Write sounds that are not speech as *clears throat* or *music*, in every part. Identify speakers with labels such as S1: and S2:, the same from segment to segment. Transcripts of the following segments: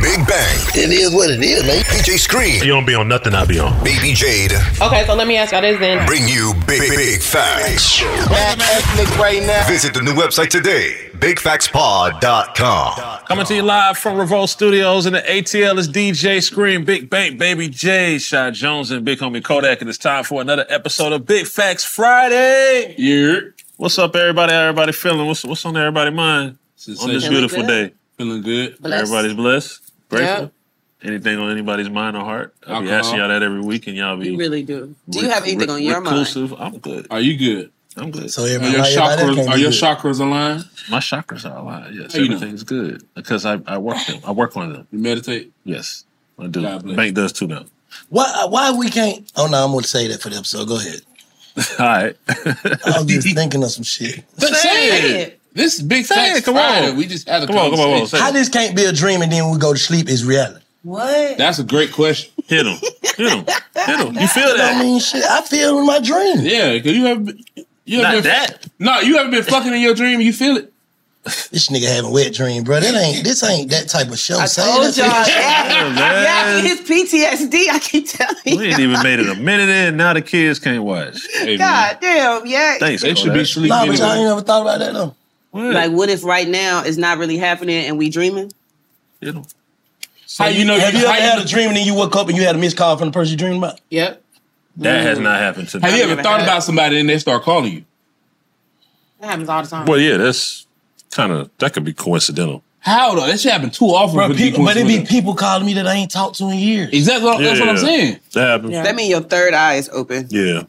S1: Big Bang.
S2: It is what it is, man.
S1: PJ Screen.
S3: You don't be on nothing, I be on.
S1: Baby Jade.
S4: Okay, so let me ask y'all this then.
S1: Bring you big, big, big facts.
S2: Black ethnic right now.
S1: Visit the new website today, bigfactspod.com.
S3: Coming to you live from Revolt Studios in the ATL is DJ Screen, Big Bang, Baby Jade, Shy Jones, and Big Homie Kodak. And it's time for another episode of Big Facts Friday.
S5: Yeah.
S3: What's up, everybody? everybody feeling? What's, what's on everybody's mind on this beautiful day?
S5: Feeling good.
S3: Blessed. Everybody's blessed. Grateful. Yep. Anything on anybody's mind or heart? I'll be asking y'all that every week, and y'all be.
S4: You really do. Do you have anything on your
S3: reclusive.
S4: mind?
S3: I'm good.
S5: Are you good?
S3: I'm good.
S5: So yeah, are your chakras, are your chakras aligned?
S3: My chakras are aligned. Yes, How everything's you know? good because I, I work them. I work on them.
S5: You meditate?
S3: Yes, I do. Bank does too now.
S2: Why? uh, Why we can't? Oh no, I'm going to say that for them. So go ahead.
S3: All right.
S2: I'm just thinking of some shit.
S5: But say it. This is big facts.
S3: come
S5: Friday. on. We just had a
S3: come on, come on, come
S2: How this can't be a dream and then we go to sleep is reality.
S4: What?
S5: That's a great question.
S3: Hit him. Hit him. Hit him. You feel that?
S2: I mean, shit, I feel in my dream.
S5: Yeah, because you have you
S3: Not
S5: have been,
S3: that.
S5: No, you haven't been fucking in your dream. You feel it.
S2: This nigga having wet dream, bro. That ain't this ain't that type of show.
S4: I
S2: Say
S4: told
S2: that *laughs*
S4: y'all.
S2: shit.
S4: Yeah, yeah, his PTSD. I keep telling you.
S3: We ain't even made it a minute in. Now the kids can't watch.
S5: Hey,
S4: *laughs*
S5: man.
S4: God damn. Yeah.
S3: Thanks.
S5: They should be
S3: Kodak.
S5: sleeping.
S2: Nah, but y'all
S5: anyway.
S2: ain't never thought about that though.
S4: Like, what if right now it's not really happening and we dreaming?
S3: Hit him.
S5: How you know?
S2: Have you
S5: how
S2: ever had a dream and then you woke up and you had a missed call from the person you dreamed about?
S4: Yep.
S3: That has not happened to me.
S5: Have you ever
S4: Never
S5: thought
S4: had.
S5: about somebody and they start calling you?
S4: That happens all the time.
S3: Well, yeah, that's kind of that could be coincidental.
S5: How though? That should happen too often.
S2: Bro,
S5: for these
S2: people, but it be
S5: coincidences.
S2: people calling me that I ain't talked to in years.
S5: exactly. That's what I'm
S3: Yeah.
S5: saying.
S2: uh,
S3: That happened. Yeah.
S4: That means your third eye is open.
S3: yeah.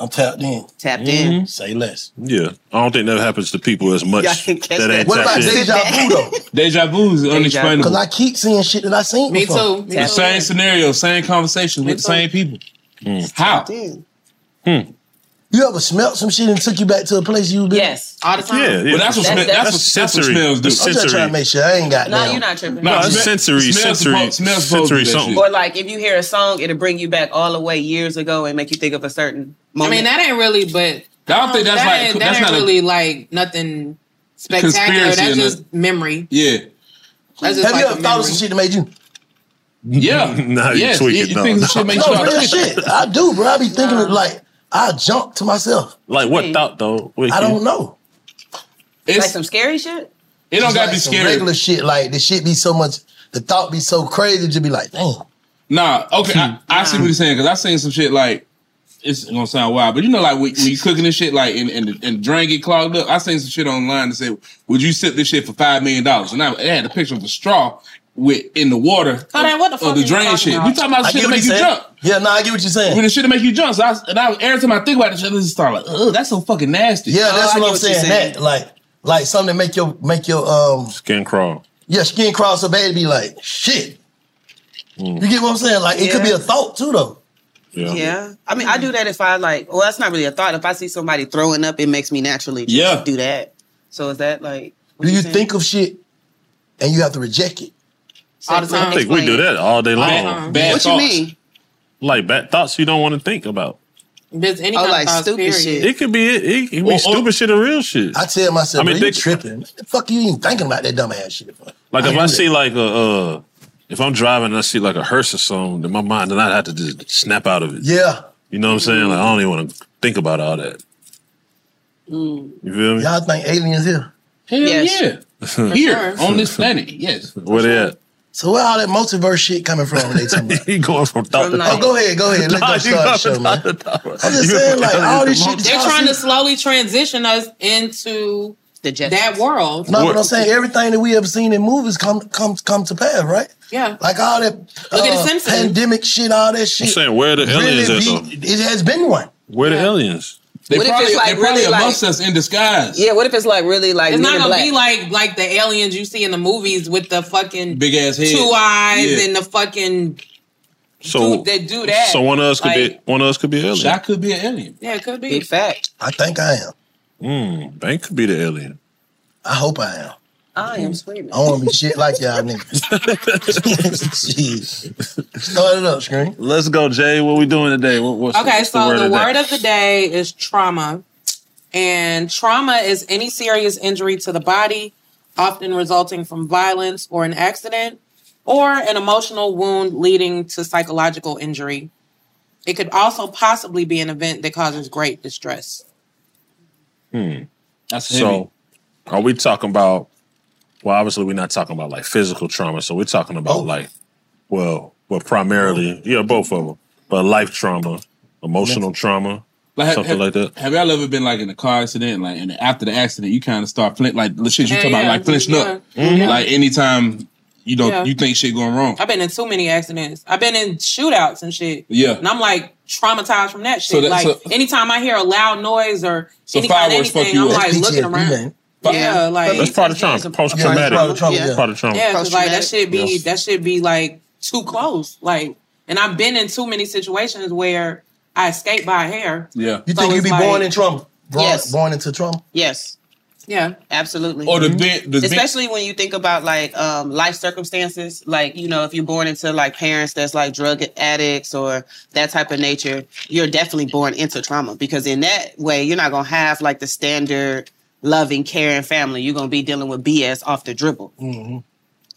S2: I'm tapped in.
S4: Tapped
S3: in.
S2: Say less.
S3: Yeah, I don't think that happens to people as much.
S2: Yeah, I can catch
S3: that
S2: that.
S3: ain't
S2: What about
S3: tapped in.
S2: deja vu, though?
S5: Deja vu is
S2: Because
S5: unexplainable.
S2: I keep seeing shit that I seen
S5: Me
S2: before.
S5: too. The same scenario, same conversations with the same people.
S3: Mm.
S5: How? Hmm.
S2: You ever smelt some shit and took you back to a place you been? Yes,
S4: all the time. Yeah, yeah.
S5: But that's what smell- that's what- that's what smells do.
S2: I'm just trying to make sure I ain't got
S4: No,
S2: down.
S4: you're not tripping.
S2: No,
S5: it's
S2: smell-
S5: sensory,
S2: smells
S5: sensory-
S2: supposed- smells supposed to
S5: sensory
S2: do that
S5: something.
S2: shit.
S4: Or like if you hear a song, it'll bring you back all the way years ago and make you think of a certain
S6: I
S4: moment.
S6: mean, that ain't really, but um,
S4: I don't think that's
S6: that
S4: like-
S6: ain't- that
S4: that's
S6: ain't
S4: not a-
S6: really like nothing spectacular.
S5: Conspiracy
S6: That's
S5: in
S6: just memory.
S5: Yeah.
S6: That's just
S2: Have
S6: like
S2: you
S6: a
S2: ever thought of
S6: memory.
S2: some shit that made you?
S5: Yeah.
S3: *laughs* Nah, you
S5: Yes,
S3: tweaking.
S5: you- you
S3: no,
S5: think
S3: no.
S5: this shit makes
S2: No,
S5: you-
S2: real shit. I do, bro. I be thinking of, like I jump to myself.
S3: Like what thought though? Wait,
S2: I
S3: you-
S2: don't know.
S4: like some scary shit.
S5: It
S2: don't gotta be scary. Regular shit like the shit be so much. The thought be so crazy to be like, damn.
S5: Nah, okay, I, I see what you're saying because I seen some shit like it's gonna sound wild, but you know, like when, when you cooking this shit, like and and and drain get clogged up. I seen some shit online that said, "Would you sip this shit for five million dollars?" And I it had a picture of a straw with in the water
S6: Hold on, what the
S5: of
S6: fuck
S5: the
S6: are you
S5: drain
S6: talking
S5: shit.
S6: about?
S5: We talking about
S6: I
S5: shit
S6: get
S5: to
S6: what
S5: make you
S6: you're saying.
S5: jump.
S2: Yeah, no, I get what you're saying.
S5: When the shit to make you jump, so I, and I every time I think about this shit, I just start like, "Ugh, that's so fucking nasty."
S2: Yeah, that's Oh, what I'm saying. That like like something that make your make your um
S3: skin crawl.
S2: your skin crawl so bad it be like shit. You get what I'm saying? Like it could be a thought too though.
S3: Yeah.
S4: I mean, I do that if I like. Well, that's not really a thought. If I see somebody throwing up, it makes me naturally just
S2: Yeah.
S4: do that. So is that like?
S2: Do you think of shit and you have to reject it?
S4: All the
S3: I think we do that all day long.
S4: Bad- bad What you thoughts. mean?
S3: Like bad thoughts you don't want to think about.
S6: There's any
S4: Oh,
S6: kind
S4: like
S6: of thoughts,
S4: stupid
S6: period.
S4: shit.
S3: It could be it. It could be
S2: Or-
S5: oh.
S2: or-
S3: stupid shit or real shit.
S2: I tell myself,
S3: I mean,
S2: "Bro, you
S3: they-
S2: tripping. What the fuck you even thinking about that dumbass shit for?
S3: Like
S2: I
S3: if
S2: do
S3: I
S2: that.
S3: see like a uh, if I'm driving and I see like a hearse or something, then my mind then I have to just snap out of it.
S2: Yeah.
S3: You know what I'm saying? Like I don't even want to think about all that.
S4: Mm.
S3: You feel me?
S2: Y'all think aliens here?
S5: Hell
S2: Yes.
S5: yeah, here on this planet, yes.
S3: *laughs* Where they at?
S2: So where all that multiverse shit coming from when they talking about?
S3: *laughs* He going from thought to
S2: Oh,
S3: thought.
S2: go ahead, go ahead. Let
S3: Nah,
S2: them
S3: you
S2: start the
S3: going
S2: show,
S3: from
S2: man.
S3: thought to thought.
S2: I'm just saying, like, all this shit
S6: They're trying to slowly transition us into *laughs* that world.
S2: No, but I'm saying everything that we have seen in movies come come come to pass, right?
S6: Yeah.
S2: Like all that
S6: Look at The
S2: uh,
S6: Simpsons.
S2: pandemic shit, all that shit.
S3: saying, where the aliens at, though?
S2: It has been one.
S3: Where the aliens?
S5: They
S4: What if
S5: probably,
S4: it's, like,
S5: they probably
S4: really, like-
S5: amongst us in disguise.
S4: Yeah. What if it's like really like?
S6: it's
S4: Men
S6: not
S4: in
S6: gonna
S4: Black?
S6: be like like the aliens you see in the movies with the fucking
S5: Big ass head.
S6: two eyes
S3: Yeah.
S6: and the fucking
S3: So
S6: dude that do that.
S3: So one of us could
S6: Like-
S3: be one of us could be alien.
S5: I could be an alien.
S6: yeah, it could be
S4: Big fact.
S2: I think I am.
S3: Mm, Bank could be the alien.
S2: I hope I am.
S4: I am screaming.
S2: I don't want to be shit like y'all niggas. *laughs*
S3: *laughs*
S2: Jeez. Start it up, screen.
S3: Let's go, Jay. What we doing today? What, what's
S6: okay,
S3: what's
S6: so the word,
S3: today?
S6: of the day is trauma. And trauma is any serious injury to the body, often resulting from violence or an accident, or an emotional wound leading to psychological injury. It could also possibly be an event that causes great distress.
S3: Hmm.
S5: That's
S3: so. Are we talking about? Well, obviously, we're not talking about like physical trauma. So we're talking about
S2: Oh.
S3: like, well, well, primarily, yeah, both of them, but life trauma, emotional trauma,
S5: Like, have-
S3: something
S5: have-
S3: like that.
S5: Have y'all ever been like in a car accident, like and after the accident, you kind of start flin- like the shit you
S6: Yeah,
S5: talk about,
S6: yeah,
S5: like flinching up.
S6: yeah, Mhm. yeah.
S5: Like anytime you don't,
S6: Yeah.
S5: you think shit going wrong.
S6: I've been in too many accidents. I've been in shootouts and shit.
S5: Yeah.
S6: And I'm like traumatized from that shit.
S5: So that-
S6: like
S5: so-
S6: anytime I hear a loud noise or
S5: So
S6: any kind of
S5: fireworks fuck
S6: anything,
S5: you
S6: I'm
S5: up.
S6: like
S5: That's
S6: looking
S5: PTSD,
S6: around.
S5: man.
S6: Yeah, like
S3: that's part of trauma. Post
S2: Yeah,
S3: traumatic.
S2: that's part of trauma, yeah.
S3: Part of trauma.
S6: Yeah, 'cause, like that should be
S3: Yes.
S6: that should be like too close. Like, and I've been in too many situations where I escaped by a hair.
S5: Yeah.
S2: You
S6: So
S2: think you
S6: it's
S2: be
S6: like-
S2: born in trauma? Born,
S6: Yes.
S2: born into trauma?
S4: Yes.
S6: Yeah.
S4: Absolutely. Mhm.
S5: Or the bit- the bit-
S4: especially when you think about like um, life circumstances, like you know, if you're born into like parents that's like drug addicts or that type of nature, you're definitely born into trauma because in that way you're not gonna have like the standard loving, caring family. You're gonna be dealing with BS off the dribble.
S2: Mm-hmm.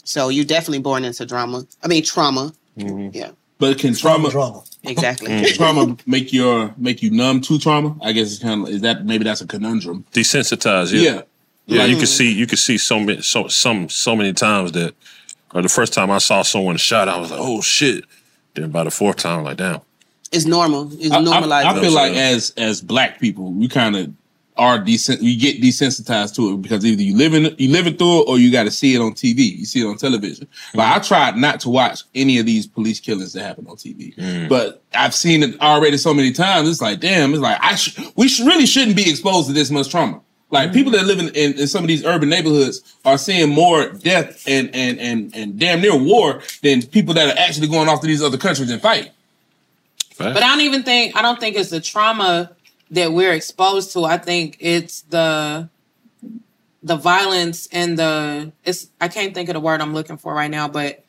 S4: So you're definitely born into drama. I mean trauma. Yeah.
S5: But can trauma,
S4: Exactly.
S3: Mm-hmm.
S5: can Mm-hmm. *laughs* trauma make your make you numb to trauma? I guess it's kind of is that maybe that's a conundrum.
S3: desensitized.
S5: Yeah.
S3: Yeah,
S5: Yeah.
S3: Like you
S5: Mhm.
S3: can see, you can see so many, so some, so many times that. Or the first time I saw someone shot, I was like, "Oh shit!" Then by the fourth time, I'm like, "Damn."
S4: It's normal. It's
S5: I- I-
S4: normalized.
S5: I, feel like as as black people, we kind of are decent. You get desensitized to it because either you live in you live it through it or you got to see it on TV. You see it on television.
S3: Mm-hmm.
S5: Like I tried not to watch any of these police killings that happen on TV,
S3: Mm.
S5: but I've seen it already so many times. It's like damn. It's like I sh- we sh- really shouldn't be exposed to this much trauma. Like people that live in, in, in some of these urban neighborhoods are seeing more death and and and and damn near war than people that are actually going off to these other countries and fight.
S6: But I don't even think I don't think it's the trauma that we're exposed to. I think it's the the violence and the it's I can't think of the word I'm looking for right now, but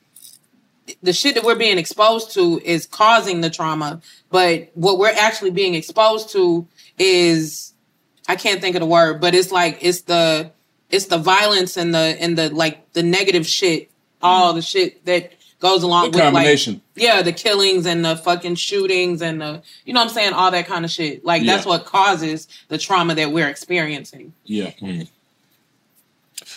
S6: the shit that we're being exposed to is causing the trauma, but what we're actually being exposed to is I can't think of the word, but it's like it's the it's the violence and the and the like the negative shit, all the shit that goes along
S5: The
S6: with
S5: combination.
S6: like yeah, the killings and the fucking shootings and the you know what I'm saying, all that kind of shit. Like that's
S3: Yeah.
S6: what causes the trauma that we're experiencing.
S3: Yeah. Hmm.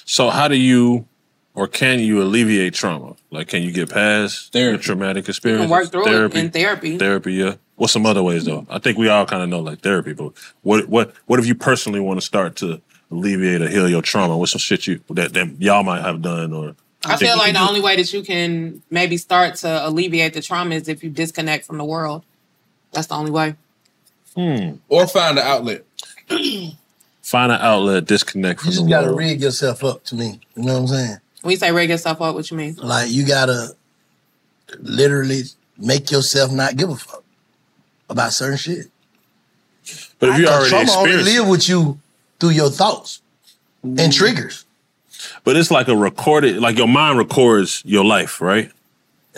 S3: So how do you or can you alleviate trauma? Like can you get past therapy. traumatic experience?
S6: work through it in therapy.
S3: Therapy, yeah. What's some other ways though? I think we all kind of know like therapy, but what what what if you personally want to start to alleviate or heal your trauma? What's some shit you that, that y'all might have done or
S6: I
S3: think
S6: feel
S3: we
S6: like
S3: can
S6: the
S3: do?
S6: only way that you can maybe start to alleviate the trauma is if you disconnect from the world. That's the only way.
S5: Or find an outlet.
S3: Hmm. Find an outlet, disconnect from
S2: You just
S3: the
S2: gotta
S3: world.
S2: rig yourself up to me. You know what I'm saying?
S6: Mm-hmm. When you say rig yourself up, what you mean?
S2: Like you gotta literally make yourself not give a fuck about certain shit.
S3: But if you
S2: Because
S3: already
S2: trauma only
S3: experienced it.
S2: live
S3: Mm-hmm.
S2: with you through your thoughts and triggers.
S3: But it's like a recorded, like your mind records your life, right?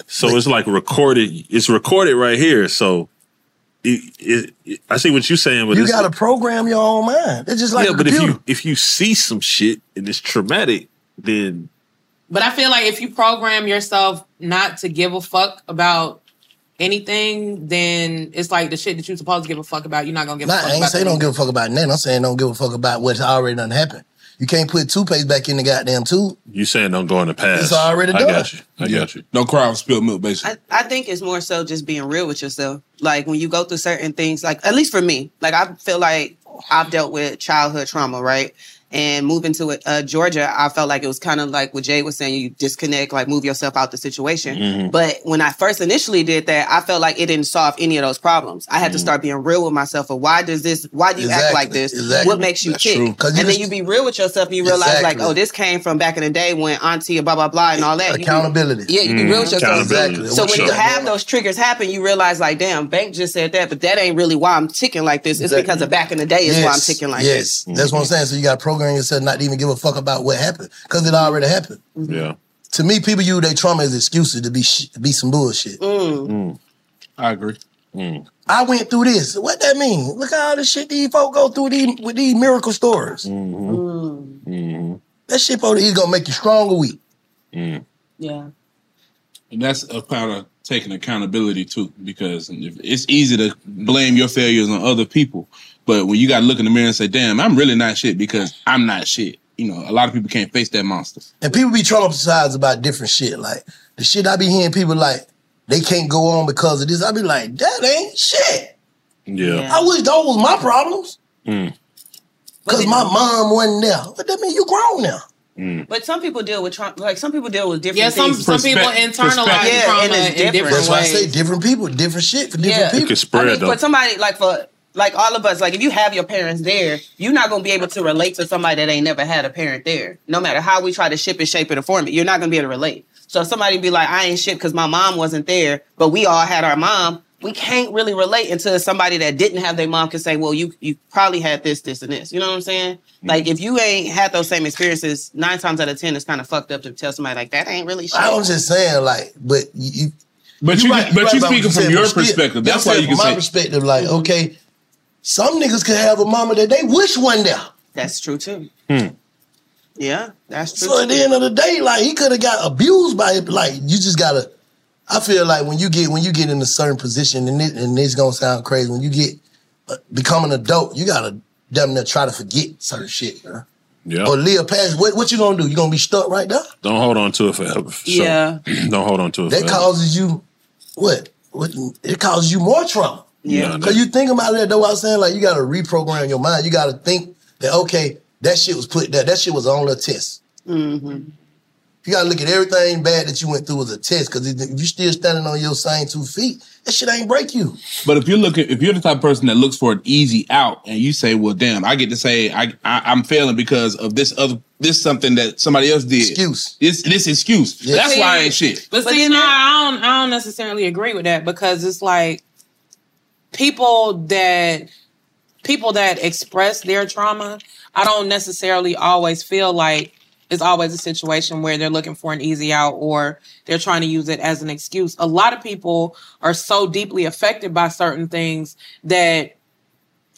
S3: So it's like recorded. It's recorded right here. So it, it, it- I see what you're saying, but
S2: you
S3: it's,
S2: gotta program your own mind. It's just like
S3: yeah.
S2: a
S3: But if
S2: computer.
S3: you if you see some shit and it's traumatic, then
S6: But I feel like if you program yourself not to give a fuck about anything, then it's like the shit that you're supposed to give a fuck about. You're not gonna give
S2: Nah,
S6: a fuck
S2: I ain't
S6: about.
S2: say
S6: that
S2: don't
S6: anyway.
S2: give a fuck about nothing. I'm saying don't give a fuck about what's already done happened. You can't put toothpaste back in the goddamn tube.
S3: you saying don't go in the past.
S2: It's already
S3: I
S2: done.
S3: got you. I got you.
S5: Don't cry over spilled milk, basically.
S4: I, I think it's more so just being real with yourself. Like when you go through certain things, like at least for me, like I feel like I've dealt with childhood trauma, right? And moving to uh, Georgia, I felt like it was kind of like what Jay was saying. You disconnect, like move yourself out the situation.
S2: Mm-hmm.
S7: Mhm.
S4: But when I first initially did that, I felt like it didn't solve any of those problems. I had to start being real with myself. Of why does this? Why do you act like
S2: Mm-hmm. Exactly,
S4: this?
S2: exactly.
S4: What makes you
S2: That's
S4: tick?
S2: true. 'Cause you
S4: And then
S2: just-
S4: you be real with yourself, and you realize
S2: Exactly.
S4: like, oh, this came from back in the day when auntie and blah blah blah and all that. You be-
S2: Accountability.
S4: yeah, you be
S2: Mm,
S4: real with yourself.
S2: accountability.
S4: So when
S2: Sure.
S4: you have those triggers happen, you realize like, damn, Bank just said that, but that ain't really why I'm ticking like this. It's because of back in the day is why I'm ticking like
S2: yes.
S4: this.
S2: That's what I'm saying. So you gotta program yourself not to even give a fuck about what happened because it already happened.
S3: Yeah.
S2: To me, people use their trauma as excuses to be sh- to be some bullshit.
S5: Mm. I agree.
S2: I went through this. What that mean? Look at all the shit these folk go through these, with these miracle stories. That shit probably either gonna make you strong or weak.
S6: Yeah.
S5: And that's a kind of taking accountability too, because if- it's easy to blame your failures on other people. But when you got to look in the mirror and say, damn, I'm really not shit because I'm not shit. You know, a lot of people can't face that monster.
S2: And people be traumatized about different shit. Like the shit I be hearing people like, they can't go on because of this. I be like, that ain't shit.
S3: Yeah.
S2: I wish those was my problems.
S3: Mm.
S2: Cause my mom wasn't there. What that mean? You grown now. Mm.
S4: But some people deal with trauma. Like some people deal with different.
S6: Yeah, some-
S4: things.
S6: some people Perspec- internalize perspective.
S4: Yeah, and
S6: trauma
S4: it's
S6: in
S4: different.
S6: different
S2: That's why I say different people, different shit for different people.
S4: I mean, for somebody like for like all of us, like if you have your parents there, you're not gonna be able to relate to somebody that ain't never had a parent there. No matter how we try to ship it, shape it, or form it, you're not gonna be able to relate. So if somebody be like, I ain't shit because my mom wasn't there, but we all had our mom. We can't really relate until somebody that didn't have their mom can say, Well, you you probably had this, this, and this. You know what I'm saying? Like if you ain't had those same experiences, nine times out of ten, it's kind of fucked up to tell somebody like that ain't really shit.
S2: I was just saying, like, but you,
S5: But you- but you
S2: about what
S5: speaking from
S2: said,
S5: your
S2: but still-
S5: perspective.
S2: but
S5: That's
S2: still
S5: why you
S2: from
S5: can
S2: my
S5: say-
S2: perspective, like, okay, some niggas could have a mama that they wish one there.
S4: That's true too. Yeah, that's true.
S2: So at
S4: too.
S2: the end of the day, like he could have got abused by it. Like you just gotta. I feel like when you get when you get in a certain position, and it, and it's gonna sound crazy when you get uh, become an adult, you gotta damn near try to forget certain shit, bro.
S3: Yeah.
S2: Or live past. What what you gonna do? You gonna be stuck right there?
S3: Don't hold on to it forever. For sure.
S2: Yeah.
S3: *clears throat* Don't hold on to it.
S2: That
S3: forever.
S2: causes you what? What? It causes you more trauma.
S3: Yeah.
S2: Cause you think about it though. I was saying like you gotta reprogram your mind. You gotta think that okay, that shit was put that that shit was on a test.
S4: Mm-hmm.
S2: You gotta look at everything bad that you went through as a test, because if you're still standing on your same two feet, that shit ain't break you.
S5: But if you're looking, if you're the type of person that looks for an easy out, and you say, "Well, damn, I get to say I, I I'm failing because of this other this something that somebody else did."
S2: Excuse
S5: this this excuse. That's why I ain't shit.
S6: But, see, no, I don't. I don't necessarily agree with that because it's like people that people that express their trauma. I don't necessarily always feel like it's always a situation where they're looking for an easy out or they're trying to use it as an excuse. A lot of people are so deeply affected by certain things that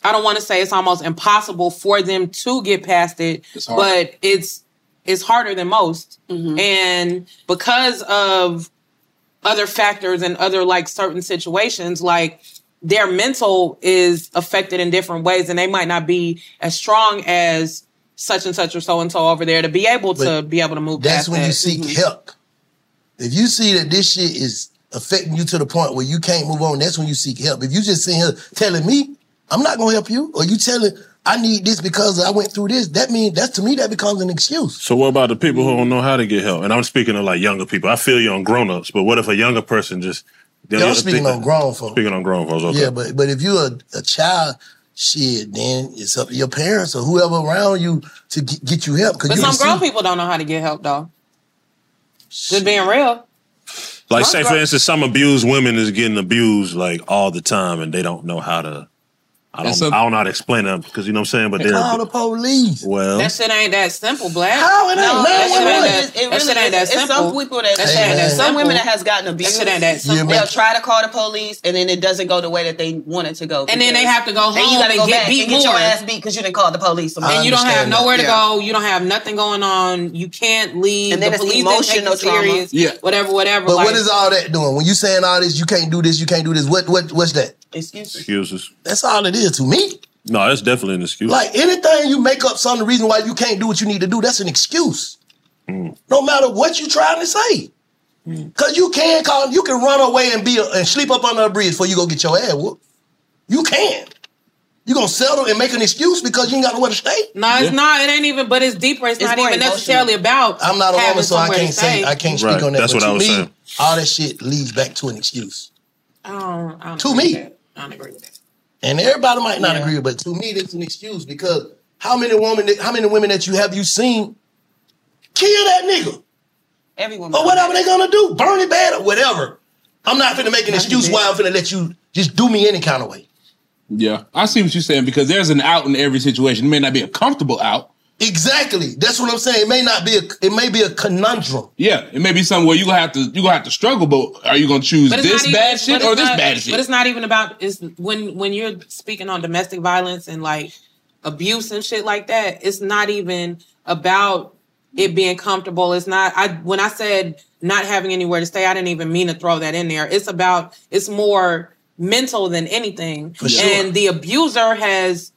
S6: I don't want to say it's almost impossible for them to get past it,
S4: It's hard.
S6: but it's it's harder than most. And because of other factors and other like certain situations, like their mental is affected in different ways and they might not be as strong as such and such or so and so over there to be able to
S2: But
S6: be able to move past
S2: That's when you
S6: that.
S2: seek help. If you see that this shit is affecting you to the point where you can't move on, that's when you seek help. If you just sitting here telling me, I'm not gonna help you, or you telling I need this because I went through this, that means that's to me that becomes an excuse.
S3: So what about the people who don't know how to get help? And I'm speaking of like younger people. I feel you on grown ups, but what if a younger person just
S2: Yeah, I'm speaking on grown folks.
S3: Speaking on grown folks, okay.
S2: Yeah, but but if you're a, a child, shit, then it's up to your parents or whoever around you to get, get you help. 'Cause
S6: But
S2: you
S6: some
S2: can
S6: grown
S2: see-
S6: people don't know how to get help though. Just being real.
S3: like
S6: Some
S3: say for
S6: grown-
S3: instance, some abused women is getting abused like all the time and they don't know how to I don't
S6: That's a-
S3: I don't know how to explain them because you know what I'm saying, but
S2: Call the
S3: they're
S2: police.
S3: well
S6: That shit ain't that simple, black.
S2: How it ain't?
S6: No,
S2: Man,
S6: that shit
S2: what
S6: ain't
S2: it
S6: that-
S2: is?
S6: that
S4: It really
S6: shit ain't that
S4: is. It's some
S6: simple.
S4: people that,
S6: That shit ain't that
S4: some
S6: simple.
S4: women that has gotten abused.
S6: shit ain't that simple.
S4: They'll try to call the police and then it doesn't go the way that they want it to go.
S6: And then they
S4: because-
S6: have to go
S4: Then you
S6: home
S4: gotta
S6: and
S4: go
S6: get
S4: back
S6: beat
S4: and get your
S6: more.
S4: ass beat because you didn't call the police.
S6: and you don't have nowhere to go. You don't have nothing going on. You can't leave.
S4: And then
S6: the
S4: it's
S6: police didn't take
S4: emotional
S6: it
S4: trauma.
S6: serious.
S4: Yeah.
S6: Whatever, whatever.
S2: But
S6: like,
S2: what is all that doing? When you saying all this, you can't do this, you can't do this. What what what's that?
S4: Excuse
S3: excuses.
S2: That's all it is to me.
S3: No, that's definitely an excuse.
S2: Like anything you make up some reason why you can't do what you need to do, that's an excuse. No matter what you're trying to say. Cause you can call, you can run away and be a, and sleep up under a bridge before you go get your ass whooped. You can. You gonna settle and make an excuse because you ain't got nowhere to stay?
S6: No, it's not. It ain't even. But it's deeper. It's, not
S2: more
S6: even necessarily about.
S2: I'm not a
S6: having
S2: woman, so I
S6: somewhere to
S2: can't say
S6: stay.
S2: I can't speak
S3: Right,
S2: on that.
S3: that's
S2: but
S3: what
S2: to
S3: I was
S2: me,
S3: saying.
S2: All that shit leads back to an excuse.
S6: I don't, I don't
S2: To
S6: agree
S2: me.
S6: with that. I don't agree with that.
S2: And everybody might not
S6: Yeah.
S2: agree, but to me, that's an excuse because how many women, that, how many women that you have you seen kill that nigga
S4: Every woman.
S2: or whatever Oh, they gonna do, burn it bad or whatever. I'm not finna make an excuse why I'm finna let you just do me any kind of way.
S5: Yeah, I see what you're saying because there's an out in every situation. It may not be a comfortable out.
S2: Exactly. That's what I'm saying. It may not be a. It may be a conundrum.
S5: Yeah, it may be something where you gonna have to you gonna have to struggle. But are you gonna choose
S6: But it's
S5: this
S6: not even-
S5: bad
S6: but
S5: shit
S6: it's
S5: or this
S6: not-
S5: bad shit?
S6: But it's not even about. It's when when you're speaking on domestic violence and like abuse and shit like that. It's not even about it being comfortable. It's not. I when I said not having anywhere to stay, I didn't even mean to throw that in there. It's about. It's more mental than anything.
S4: For sure.
S6: And the abuser has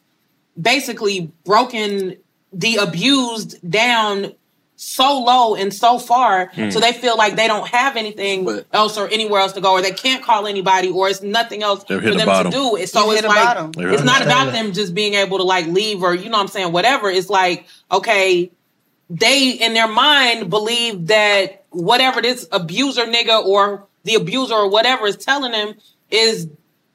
S6: basically broken the abused down so low and so far
S4: Hmm.
S6: so they feel like they don't have anything else or anywhere else to go or they can't call anybody or it's nothing else
S3: They've
S6: for
S3: hit
S6: them
S3: a
S6: to
S3: bottom.
S6: do It's- so
S4: You've
S6: it's
S4: hit a
S6: like
S4: bottom.
S3: They've
S6: it's
S3: hit
S6: not
S3: a
S6: about
S3: bottom.
S6: them just being able to like leave or you know what i'm saying whatever it's like okay they in their mind believe that whatever this abuser nigga or the abuser or whatever is telling them is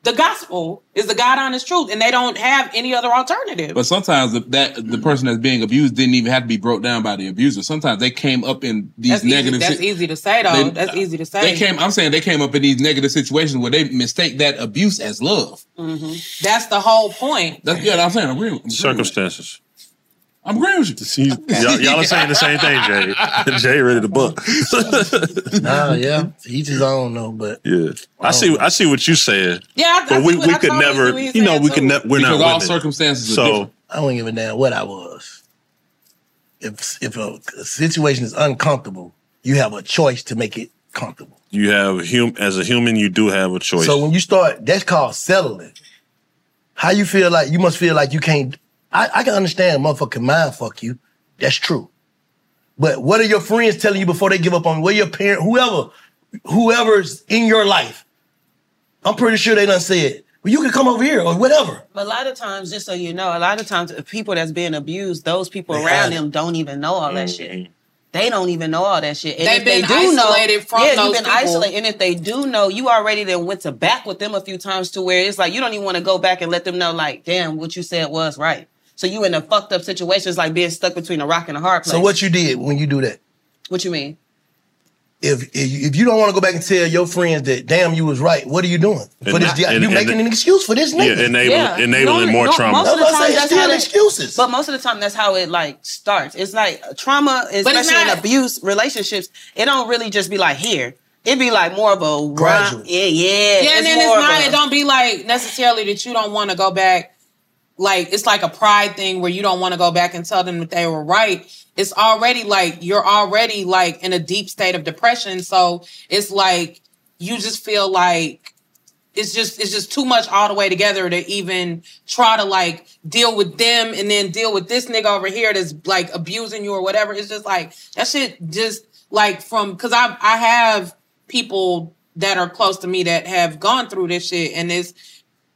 S6: the gospel is the god honest truth and they don't have any other alternative
S5: But sometimes the, that the person that's being abused didn't even have to be broke down by the abuser. Sometimes they came up in these
S6: that's
S5: negative.
S6: easy, that's
S5: si-
S6: easy to say though
S5: They-
S6: that's easy to say
S5: They came. I'm saying they came up in these negative situations where they mistake that abuse as love.
S6: Mhm. That's the whole point.
S5: That's yeah. I'm saying. I'm agreeing. I'm
S2: *laughs*
S3: circumstances.
S5: I'm agreeing with you.
S3: Y'all, y'all are saying the same thing,
S2: *laughs*
S3: Jay. *laughs* Jay ready to buck.
S2: Nah, Uh, yeah, each his own though. But
S3: yeah, I see. I see what you saying.
S2: Yeah, I- I
S3: but
S2: see
S3: we,
S2: what-
S3: we
S2: I totally
S3: could
S2: see
S3: never.
S2: what he's
S3: You know,
S2: saying,
S3: we could
S2: too.
S3: never. We're
S2: Because
S3: not
S2: all
S3: women.
S5: circumstances
S2: are different. I wouldn't give a damn what I was. If if a, a situation is uncomfortable, you have a choice to make it comfortable.
S3: you have hum as a human. You do have a choice.
S2: So when you start, that's called settling. How you feel like you must feel like you can't. I, I can understand motherfucking mind fuck you. That's true. But what are your friends telling you before they give up on you? What are your parent, whoever, whoever's in your life? I'm pretty sure they done said Well, you can come over here or whatever.
S4: But a lot of times, just so you know, a lot of times the people that's being abused, those people around them don't even know all that shit. They don't even know all that shit. And
S6: They've
S4: if they
S6: been
S4: do know,
S6: isolated from
S4: yeah,
S6: those
S4: you've been
S6: people.
S4: isolated. And if they do know, you already then went to back with them a few times to where it's like you don't even want to go back and let them know, like, damn, what you said was right. So you in a fucked up situation. It's like being stuck between a rock and a hard place.
S2: So what you did when you do that?
S4: What you mean?
S2: If if you- if you don't want to go back and tell your friends that damn you was right, what are you doing? For this,
S3: and-
S2: you
S3: and-
S2: making an excuse for this nigga.
S3: Yeah, enable- Yeah. enabling
S4: No,
S3: more
S4: no,
S3: trauma.
S4: Most of the
S2: That's what I'm
S4: time,
S2: saying,
S4: that's
S2: still
S4: how it-
S2: excuses.
S4: But most of the time, that's how it like starts. It's like trauma, especially in abuse relationships. It don't really just be like here. It be like more of a gradual. Yeah, yeah.
S6: yeah, and then
S4: more
S6: it's
S4: of
S6: not.
S4: a-
S6: It don't be like necessarily that you don't want to go back. Like it's like a pride thing where you don't want to go back and tell them that they were right. It's already like you're already like in a deep state of depression. So it's like you just feel like it's just it's just too much all the way together to even try to like deal with them and then deal with this nigga over here that's like abusing you or whatever. It's just like that shit just like from because I I have people that are close to me that have gone through this shit and it's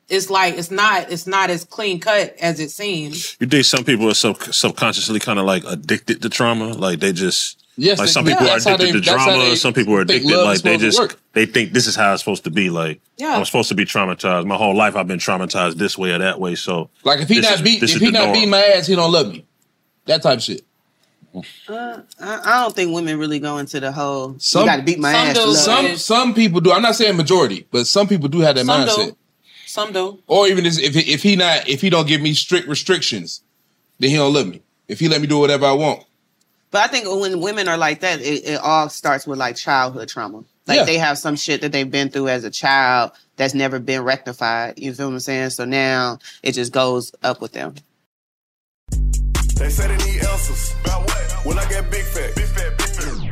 S6: it's like it's not it's not as clean cut as it seems.
S3: You think some people are sub- subconsciously kind of like addicted to trauma? Like they just
S6: Yes,
S3: like
S6: they-
S3: some
S6: yeah,
S3: people are
S6: that's how
S3: addicted
S6: they-
S3: to
S6: that's how
S3: drama.
S6: they
S3: Some people are
S6: think
S3: addicted
S6: love
S3: like
S6: is
S3: they
S6: supposed to
S3: just
S6: work.
S3: they think this is how it's supposed to be. Like
S6: Yeah.
S3: I'm supposed to be traumatized. My whole life I've been traumatized this way or that way. So
S5: Like if he
S3: this
S5: not
S3: is-
S5: beat
S3: this
S5: if
S3: is
S5: he
S3: the
S5: not
S3: norm.
S5: beat my ass, he don't love me. That type of shit.
S4: Uh, I, I don't think women really go into the whole.
S5: Some
S4: you got to beat my
S5: some
S4: ass. to
S5: do,
S4: love
S5: some
S4: you.
S5: some people do. I'm not saying majority, but some people do have that
S6: Some do.
S5: mindset.
S6: Some do.
S5: Or even if if he- if he not if he don't give me strict restrictions, then he don't love me. If he let me do whatever I want,
S4: But I think when women are like that, it, it all starts with like childhood trauma. Like
S5: Yeah.
S4: they have some shit that they've been through as a child that's never been rectified. You feel what I'm saying? So now it just goes up with them.
S7: They say they need answers. About what? Well, I got big fat. Big fat, big fat.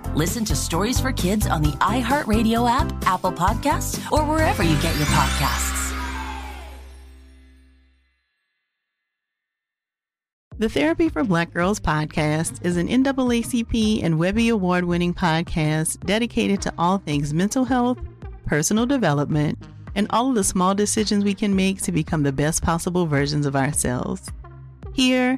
S8: Listen to Stories for Kids on the iHeartRadio app, Apple Podcasts, or wherever you get your podcasts.
S9: The Therapy for Black Girls podcast is an NAACP and Webby Award winning podcast dedicated to all things mental health, personal development, and all of the small decisions we can make to become the best possible versions of ourselves. Here,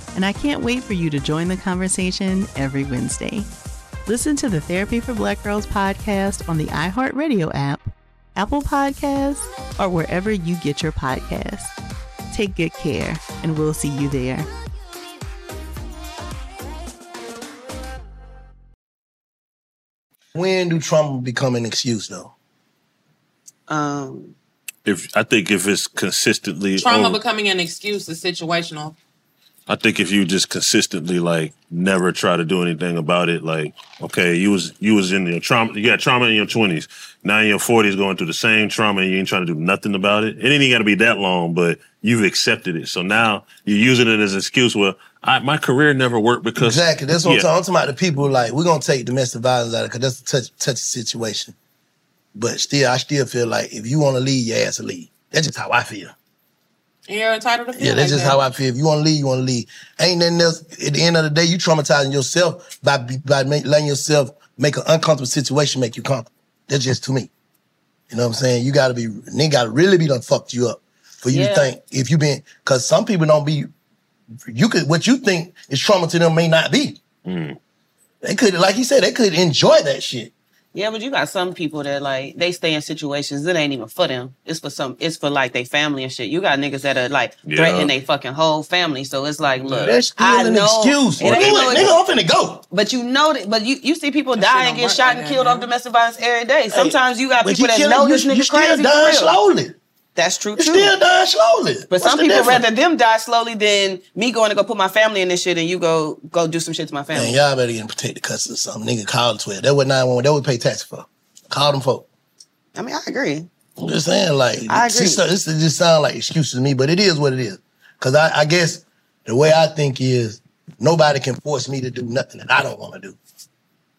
S9: and I can't wait for you to join the conversation every Wednesday. Listen to the Therapy for Black Girls podcast on the iHeartRadio app, Apple Podcasts, or wherever you get your podcasts. Take good care, and we'll see you there.
S2: When do trauma become an excuse, though?
S4: Um,
S3: If I think if it's consistently,
S6: Trauma
S3: oh,
S6: becoming an excuse is situational.
S3: I think if you just consistently like never try to do anything about it, like okay, you was you was in your trauma, you got trauma in your twenties, now in your forties, going through the same trauma, and you ain't trying to do nothing about it. It ain't got to be that long, but you've accepted it, so now you're using it as an excuse. Well, I, my career never worked because
S2: Exactly. That's what
S3: Yeah.
S2: I'm talking. I'm talking about the people like we're gonna take domestic violence out of because that's a touch touchy situation. But still, I still feel like if you want to leave, your ass to leave. That's just how I feel.
S6: You're entitled to feel
S2: Yeah,
S6: like
S2: that's just
S6: that.
S2: how I feel. If you want to leave, you want to leave. Ain't nothing else. At the end of the day, you traumatizing yourself by by make, letting yourself make an uncomfortable situation make you comfortable. That's just to me. You know what I'm saying? You gotta be, they gotta really be done fucked you up for you
S4: Yeah.
S2: to think if you been, cause some people don't be, you could, what you think is trauma to them may not be. They could, like you said, they could enjoy that shit.
S4: yeah, but you got some people that like they stay in situations that ain't even for them. It's for some. It's for like they family and shit. You got niggas that are like
S2: Yeah.
S4: threatening their fucking whole family. So it's like, look,
S2: That's still
S4: I
S2: an
S4: know-
S2: excuse.
S4: It ain't
S2: Nigga,
S4: no
S2: nigga,
S4: excuse.
S2: I'm finna go.
S4: But you know that. But you you see people die and
S2: don't
S4: get
S2: work
S4: shot
S2: like
S4: and
S2: that,
S4: killed off domestic violence every day. Sometimes you got
S2: but
S4: people
S2: you
S4: that
S2: killing-
S4: know
S2: you-
S4: this nigga
S2: you still
S4: crazy. for
S2: dying
S4: real.
S2: slowly.
S4: That's true
S2: You
S4: too.
S2: still dying slowly.
S4: But
S2: What's
S4: some
S2: the
S4: people
S2: difference?
S4: rather them die slowly than me going to go put my family in this shit and you go go do some shit to my family.
S2: Man, y'all better get protected custody or something. Nigga, call the 12. That what 911, that would pay tax for. Call them folk.
S4: I mean, I agree.
S2: I'm just saying, like,
S4: I
S2: see,
S4: agree.
S2: so- this is just sound like excuses to me, but it is what it is. Because I, I guess the way I think is nobody can force me to do nothing that I don't want to do.